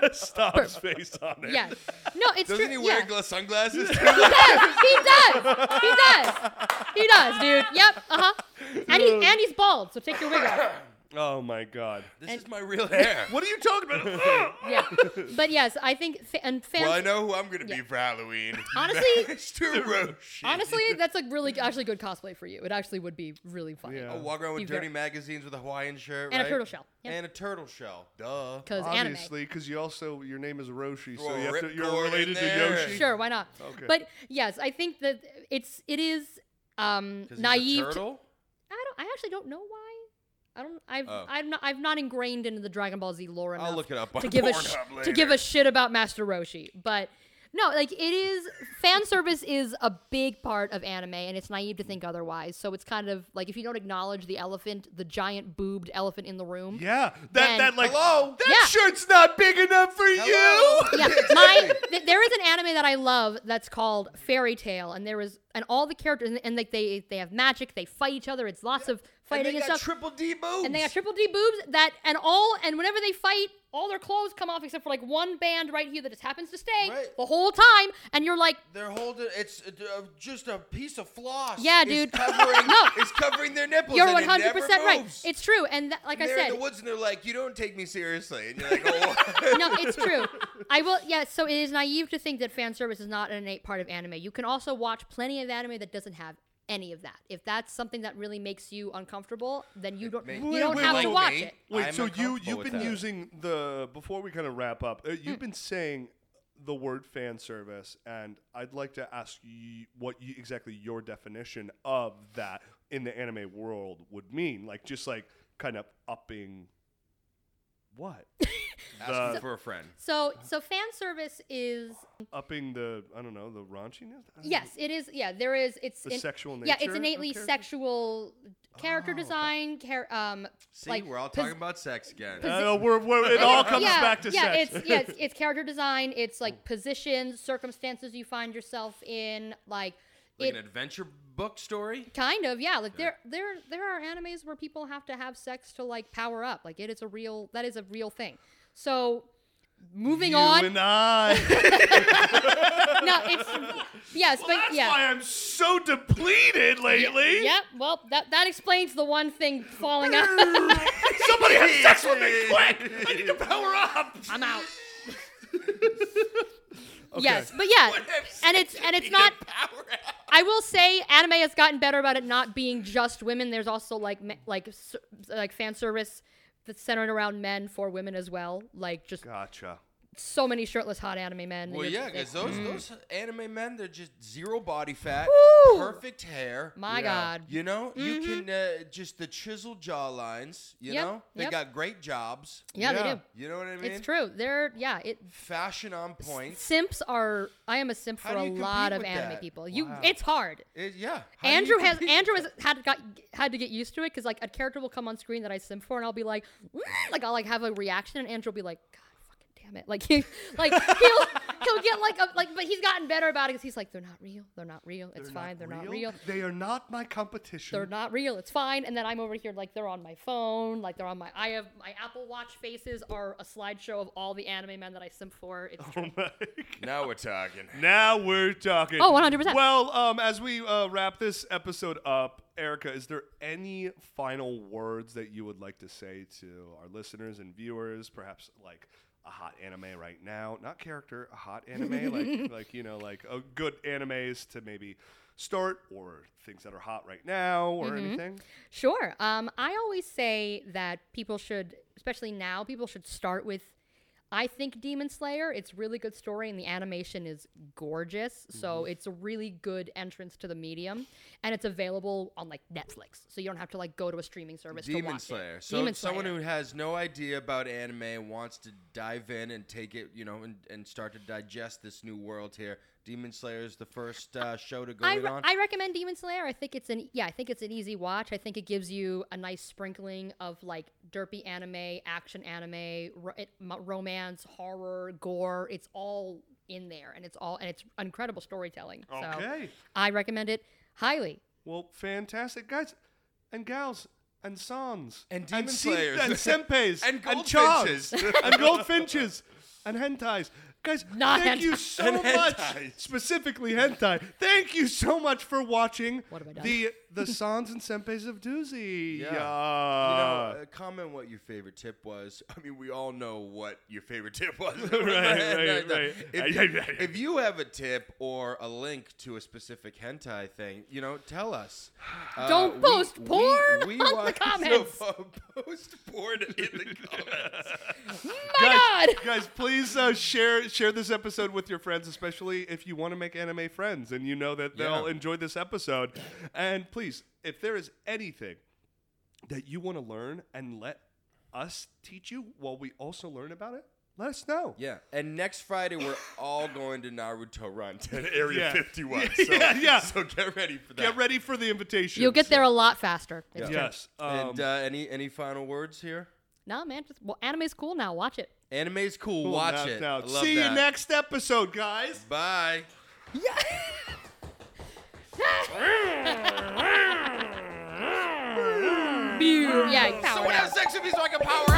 Speaker 1: Stop's face on it.
Speaker 3: Yeah. No, it's
Speaker 2: Doesn't
Speaker 3: true.
Speaker 2: he wear
Speaker 3: yeah.
Speaker 2: gla- sunglasses?
Speaker 3: He does. He does. He does. He does, dude. Yep. Uh huh. And he and he's bald, so take your wig off.
Speaker 1: Oh my god.
Speaker 2: this is my real hair.
Speaker 1: What are you talking about?
Speaker 3: Yeah. But yes, I think fa- and fans.
Speaker 2: Well, I know who I'm gonna
Speaker 3: Yeah.
Speaker 2: be for Halloween.
Speaker 3: Honestly-
Speaker 2: Master Roshi.
Speaker 3: honestly, that's like really actually good cosplay for you. It actually would be really fun.
Speaker 1: Yeah.
Speaker 2: I'll walk around
Speaker 3: Be
Speaker 2: with
Speaker 3: very-
Speaker 2: dirty magazines with a Hawaiian shirt,
Speaker 3: And a
Speaker 2: right?
Speaker 3: turtle shell. Yeah.
Speaker 2: And a turtle shell. Duh.
Speaker 3: Because anime.
Speaker 1: Obviously, because you also your name is Roshi, so
Speaker 2: Throw a
Speaker 1: you have to,
Speaker 2: ripcord
Speaker 1: you're
Speaker 2: in
Speaker 1: related to
Speaker 2: there.
Speaker 1: Yoshi.
Speaker 3: Sure, why not?
Speaker 1: Okay.
Speaker 3: But yes, I think that it's it is um
Speaker 2: Because
Speaker 3: naive. to-
Speaker 2: turtle.
Speaker 3: I don't. I actually don't know why. I don't. I've.
Speaker 2: Oh.
Speaker 3: I'm not. I've not ingrained into the Dragon Ball Z lore enough
Speaker 2: I'll look it up
Speaker 3: to
Speaker 2: on
Speaker 3: give a
Speaker 2: Pornhub
Speaker 3: sh- to
Speaker 2: later.
Speaker 3: give a shit about Master Roshi. But no, like it is fan service is a big part of anime, and it's naive to think otherwise. So it's kind of like if you don't acknowledge the elephant, the giant boobed elephant in the room.
Speaker 1: Yeah, that
Speaker 3: Then-
Speaker 1: that like
Speaker 2: Hello?
Speaker 1: that
Speaker 3: Yeah.
Speaker 1: shirt's not big enough for you.
Speaker 3: Yeah, my th- there is an anime that I love that's called Fairy Tale, and there is and all the characters and, and like they they have magic, they fight each other. It's lots of
Speaker 2: And
Speaker 3: fighting
Speaker 2: they
Speaker 3: and,
Speaker 2: got
Speaker 3: stuff.
Speaker 2: triple D boobs.
Speaker 3: and they got triple D boobs that and all and whenever they fight, all their clothes come off except for like one band right here that just happens to stay
Speaker 2: Right.
Speaker 3: the whole time, and you're like,
Speaker 2: They're holding. It's uh, just a piece of floss.
Speaker 3: Yeah,
Speaker 2: is
Speaker 3: dude.
Speaker 2: Covering,
Speaker 3: No.
Speaker 2: It's covering their nipples.
Speaker 3: you're
Speaker 2: and it
Speaker 3: 100
Speaker 2: never
Speaker 3: percent right.
Speaker 2: moves.
Speaker 3: It's true, and that, like
Speaker 2: And
Speaker 3: I
Speaker 2: they're
Speaker 3: said,
Speaker 2: in the woods and they're like, "You don't take me seriously," and you're like, "Oh."
Speaker 3: no, it's true. I will. Yeah. So it is naive to think that fan service is not an innate part of anime. You can also watch plenty of anime that doesn't have any of that. If that's something that really makes you uncomfortable, then you don't.
Speaker 2: makes
Speaker 3: you
Speaker 1: me
Speaker 3: don't
Speaker 1: like
Speaker 3: have to
Speaker 1: me.
Speaker 3: watch it.
Speaker 1: Wait,
Speaker 2: I'm
Speaker 1: so you
Speaker 2: uncomfortable
Speaker 1: you've
Speaker 2: with
Speaker 1: been
Speaker 2: that.
Speaker 1: using the before we kind of wrap up, uh,
Speaker 3: Hmm.
Speaker 1: you've been saying the word fan service, and I'd like to ask you what you, exactly your definition of that in the anime world would mean, like just like kind of upping what
Speaker 2: Ask
Speaker 1: The-
Speaker 2: for a friend.
Speaker 3: So so fan service is
Speaker 1: upping the I don't know the raunchiness. I don't
Speaker 3: yes, it is. Yeah, there is. It's
Speaker 1: The sexual
Speaker 3: Yeah,
Speaker 1: nature
Speaker 3: it's
Speaker 1: of Oh,
Speaker 3: innately
Speaker 1: character?
Speaker 3: sexual character design. Char- um,
Speaker 2: See,
Speaker 3: like
Speaker 2: we're all
Speaker 3: pos-
Speaker 2: talking about sex again.
Speaker 1: know. I know, we're, we're, it all comes
Speaker 3: yeah,
Speaker 1: back to
Speaker 3: yeah,
Speaker 1: sex.
Speaker 3: it's yeah, it's, it's character design. It's like positions, circumstances you find yourself in, like.
Speaker 2: like
Speaker 3: it,
Speaker 2: an adventure book story.
Speaker 3: Kind of, yeah. Like there, there, there are animes where people have to have sex to like power up. Like it is a real, that is a real thing. So, moving
Speaker 1: you
Speaker 3: on.
Speaker 1: and I.
Speaker 3: no, it's yes,
Speaker 1: Well,
Speaker 3: but
Speaker 1: that's
Speaker 3: yeah.
Speaker 1: why I'm so depleted lately.
Speaker 3: Yep. Well, that that explains the one thing falling out.
Speaker 1: Somebody have sex with me quick! I need to power up.
Speaker 3: I'm out. Yes, but yeah, and it's and it's not. I will say anime has gotten better about it not being just women. There's also like me- like s- like fan service that's centered around men for women as well. Like just
Speaker 1: Gotcha.
Speaker 3: so many shirtless hot anime men.
Speaker 2: Well,
Speaker 3: It's-
Speaker 2: yeah,
Speaker 3: it's-
Speaker 2: because those those anime men, they're just zero body fat,
Speaker 3: Woo!
Speaker 2: perfect hair.
Speaker 3: My God.
Speaker 2: You know, you can uh, just the chiseled jawlines. You
Speaker 3: Yep,
Speaker 2: know, they
Speaker 3: yep.
Speaker 2: got great jobs.
Speaker 3: Yeah, they
Speaker 1: Yeah.
Speaker 3: do.
Speaker 2: You know what I mean?
Speaker 3: It's true. They're yeah. It
Speaker 2: Fashion on point.
Speaker 3: simps are. I am a simp
Speaker 2: How
Speaker 3: for
Speaker 2: do
Speaker 3: a
Speaker 2: you compete
Speaker 3: lot of
Speaker 2: with
Speaker 3: anime
Speaker 2: that?
Speaker 3: people. You, it's hard.
Speaker 2: It- yeah. How do you
Speaker 3: Andrew has
Speaker 2: compete
Speaker 3: Andrew
Speaker 2: with
Speaker 3: has had got had to get used to it because like a character will come on screen that I simp for and I'll be like "Mm," like I'll like have a reaction and Andrew will be like God fucking damn it like he like he'll he'll get like a, like but he's gotten better about it because he's like they're not real they're not real it's fine they're not real
Speaker 1: They are not my competition.
Speaker 3: they're not real. It's fine. And then I'm over here like they're on my phone, like they're on my. I have my Apple Watch faces are a slideshow of all the anime men that I simp for. It's
Speaker 2: Oh
Speaker 3: true.
Speaker 2: that? Now we're talking.
Speaker 1: now we're talking.
Speaker 3: Oh, 100%.
Speaker 1: Well, um, as we uh, wrap this episode up, Erica, is there any final words that you would like to say to our listeners and viewers? Perhaps like a hot anime right now, not character, a hot anime, like like you know, like a good animes to maybe start or things that are hot right now or
Speaker 3: Mm-hmm.
Speaker 1: anything.
Speaker 3: Sure. Um, I always say that people should, especially now, people should start with. I think Demon Slayer. It's a really good story, and the animation is gorgeous. So
Speaker 2: Mm-hmm.
Speaker 3: it's a really good entrance to the medium, and it's available on like Netflix. So you don't have to like go to a streaming service to
Speaker 2: Demon
Speaker 3: watch
Speaker 2: Slayer.
Speaker 3: it.
Speaker 2: So
Speaker 3: Demon
Speaker 2: if someone
Speaker 3: Slayer.
Speaker 2: who has no idea about anime and wants to dive in and take it, you know, and, and start to digest this new world here. Demon Slayer is the first uh, show to go
Speaker 3: I,
Speaker 2: in
Speaker 3: re-
Speaker 2: on.
Speaker 3: I recommend Demon Slayer. I think it's an yeah, I think it's an easy watch. I think it gives you a nice sprinkling of like derpy anime, action anime, ro- it, m- romance, horror, gore. It's all in there, and it's all and it's incredible storytelling. So
Speaker 1: Okay.
Speaker 3: I recommend it highly.
Speaker 1: Well, fantastic guys and gals and sons
Speaker 2: And demon
Speaker 1: sen-
Speaker 2: slayers.
Speaker 1: and senpeis
Speaker 2: And
Speaker 1: chans, and goldfinches and hentais. Guys,
Speaker 3: Not
Speaker 1: thank you
Speaker 3: hentai.
Speaker 1: so
Speaker 2: And
Speaker 1: much.
Speaker 2: hentai.
Speaker 1: Specifically hentai. Thank you so much for watching
Speaker 3: What have I done?
Speaker 1: the the Sans and Senpeis of Doozy.
Speaker 2: Yeah. You
Speaker 1: Yeah.
Speaker 2: know, uh, comment what your favorite tip was. I mean, we all know what your favorite tip was. right,
Speaker 1: right, right.
Speaker 2: If, if you have a tip or a link to a specific hentai thing, you know, tell us. Uh,
Speaker 3: Don't
Speaker 2: we-
Speaker 3: post
Speaker 2: we-
Speaker 3: porn
Speaker 2: we
Speaker 3: on the
Speaker 2: want- so
Speaker 3: comments.
Speaker 2: po- post porn in the comments.
Speaker 3: Oh My
Speaker 1: guys,
Speaker 3: God.
Speaker 1: guys, please uh, share share this episode with your friends, especially if you want to make anime friends and you know that they'll
Speaker 2: Yeah.
Speaker 1: enjoy this episode. And please, if there is anything that you want to learn and let us teach you while we also learn about it, let us know.
Speaker 2: yeah, and next Friday we're all going to Naruto Run to
Speaker 1: Yeah.
Speaker 2: Area 51. So,
Speaker 1: Yeah, yeah.
Speaker 2: So get ready for that.
Speaker 1: Get ready for the invitation.
Speaker 3: You'll get there a lot faster. It's true.
Speaker 1: Yes. Um,
Speaker 2: and uh, any any final words here?
Speaker 3: No, man. Just, well, anime's cool now. Watch it.
Speaker 2: Anime's cool.
Speaker 1: cool,
Speaker 2: Watch
Speaker 1: now-
Speaker 2: it.
Speaker 1: now.
Speaker 2: I love
Speaker 1: See
Speaker 2: that.
Speaker 1: you next episode, guys.
Speaker 2: Bye.
Speaker 3: Yeah.
Speaker 2: Someone have sex with me so I can power up.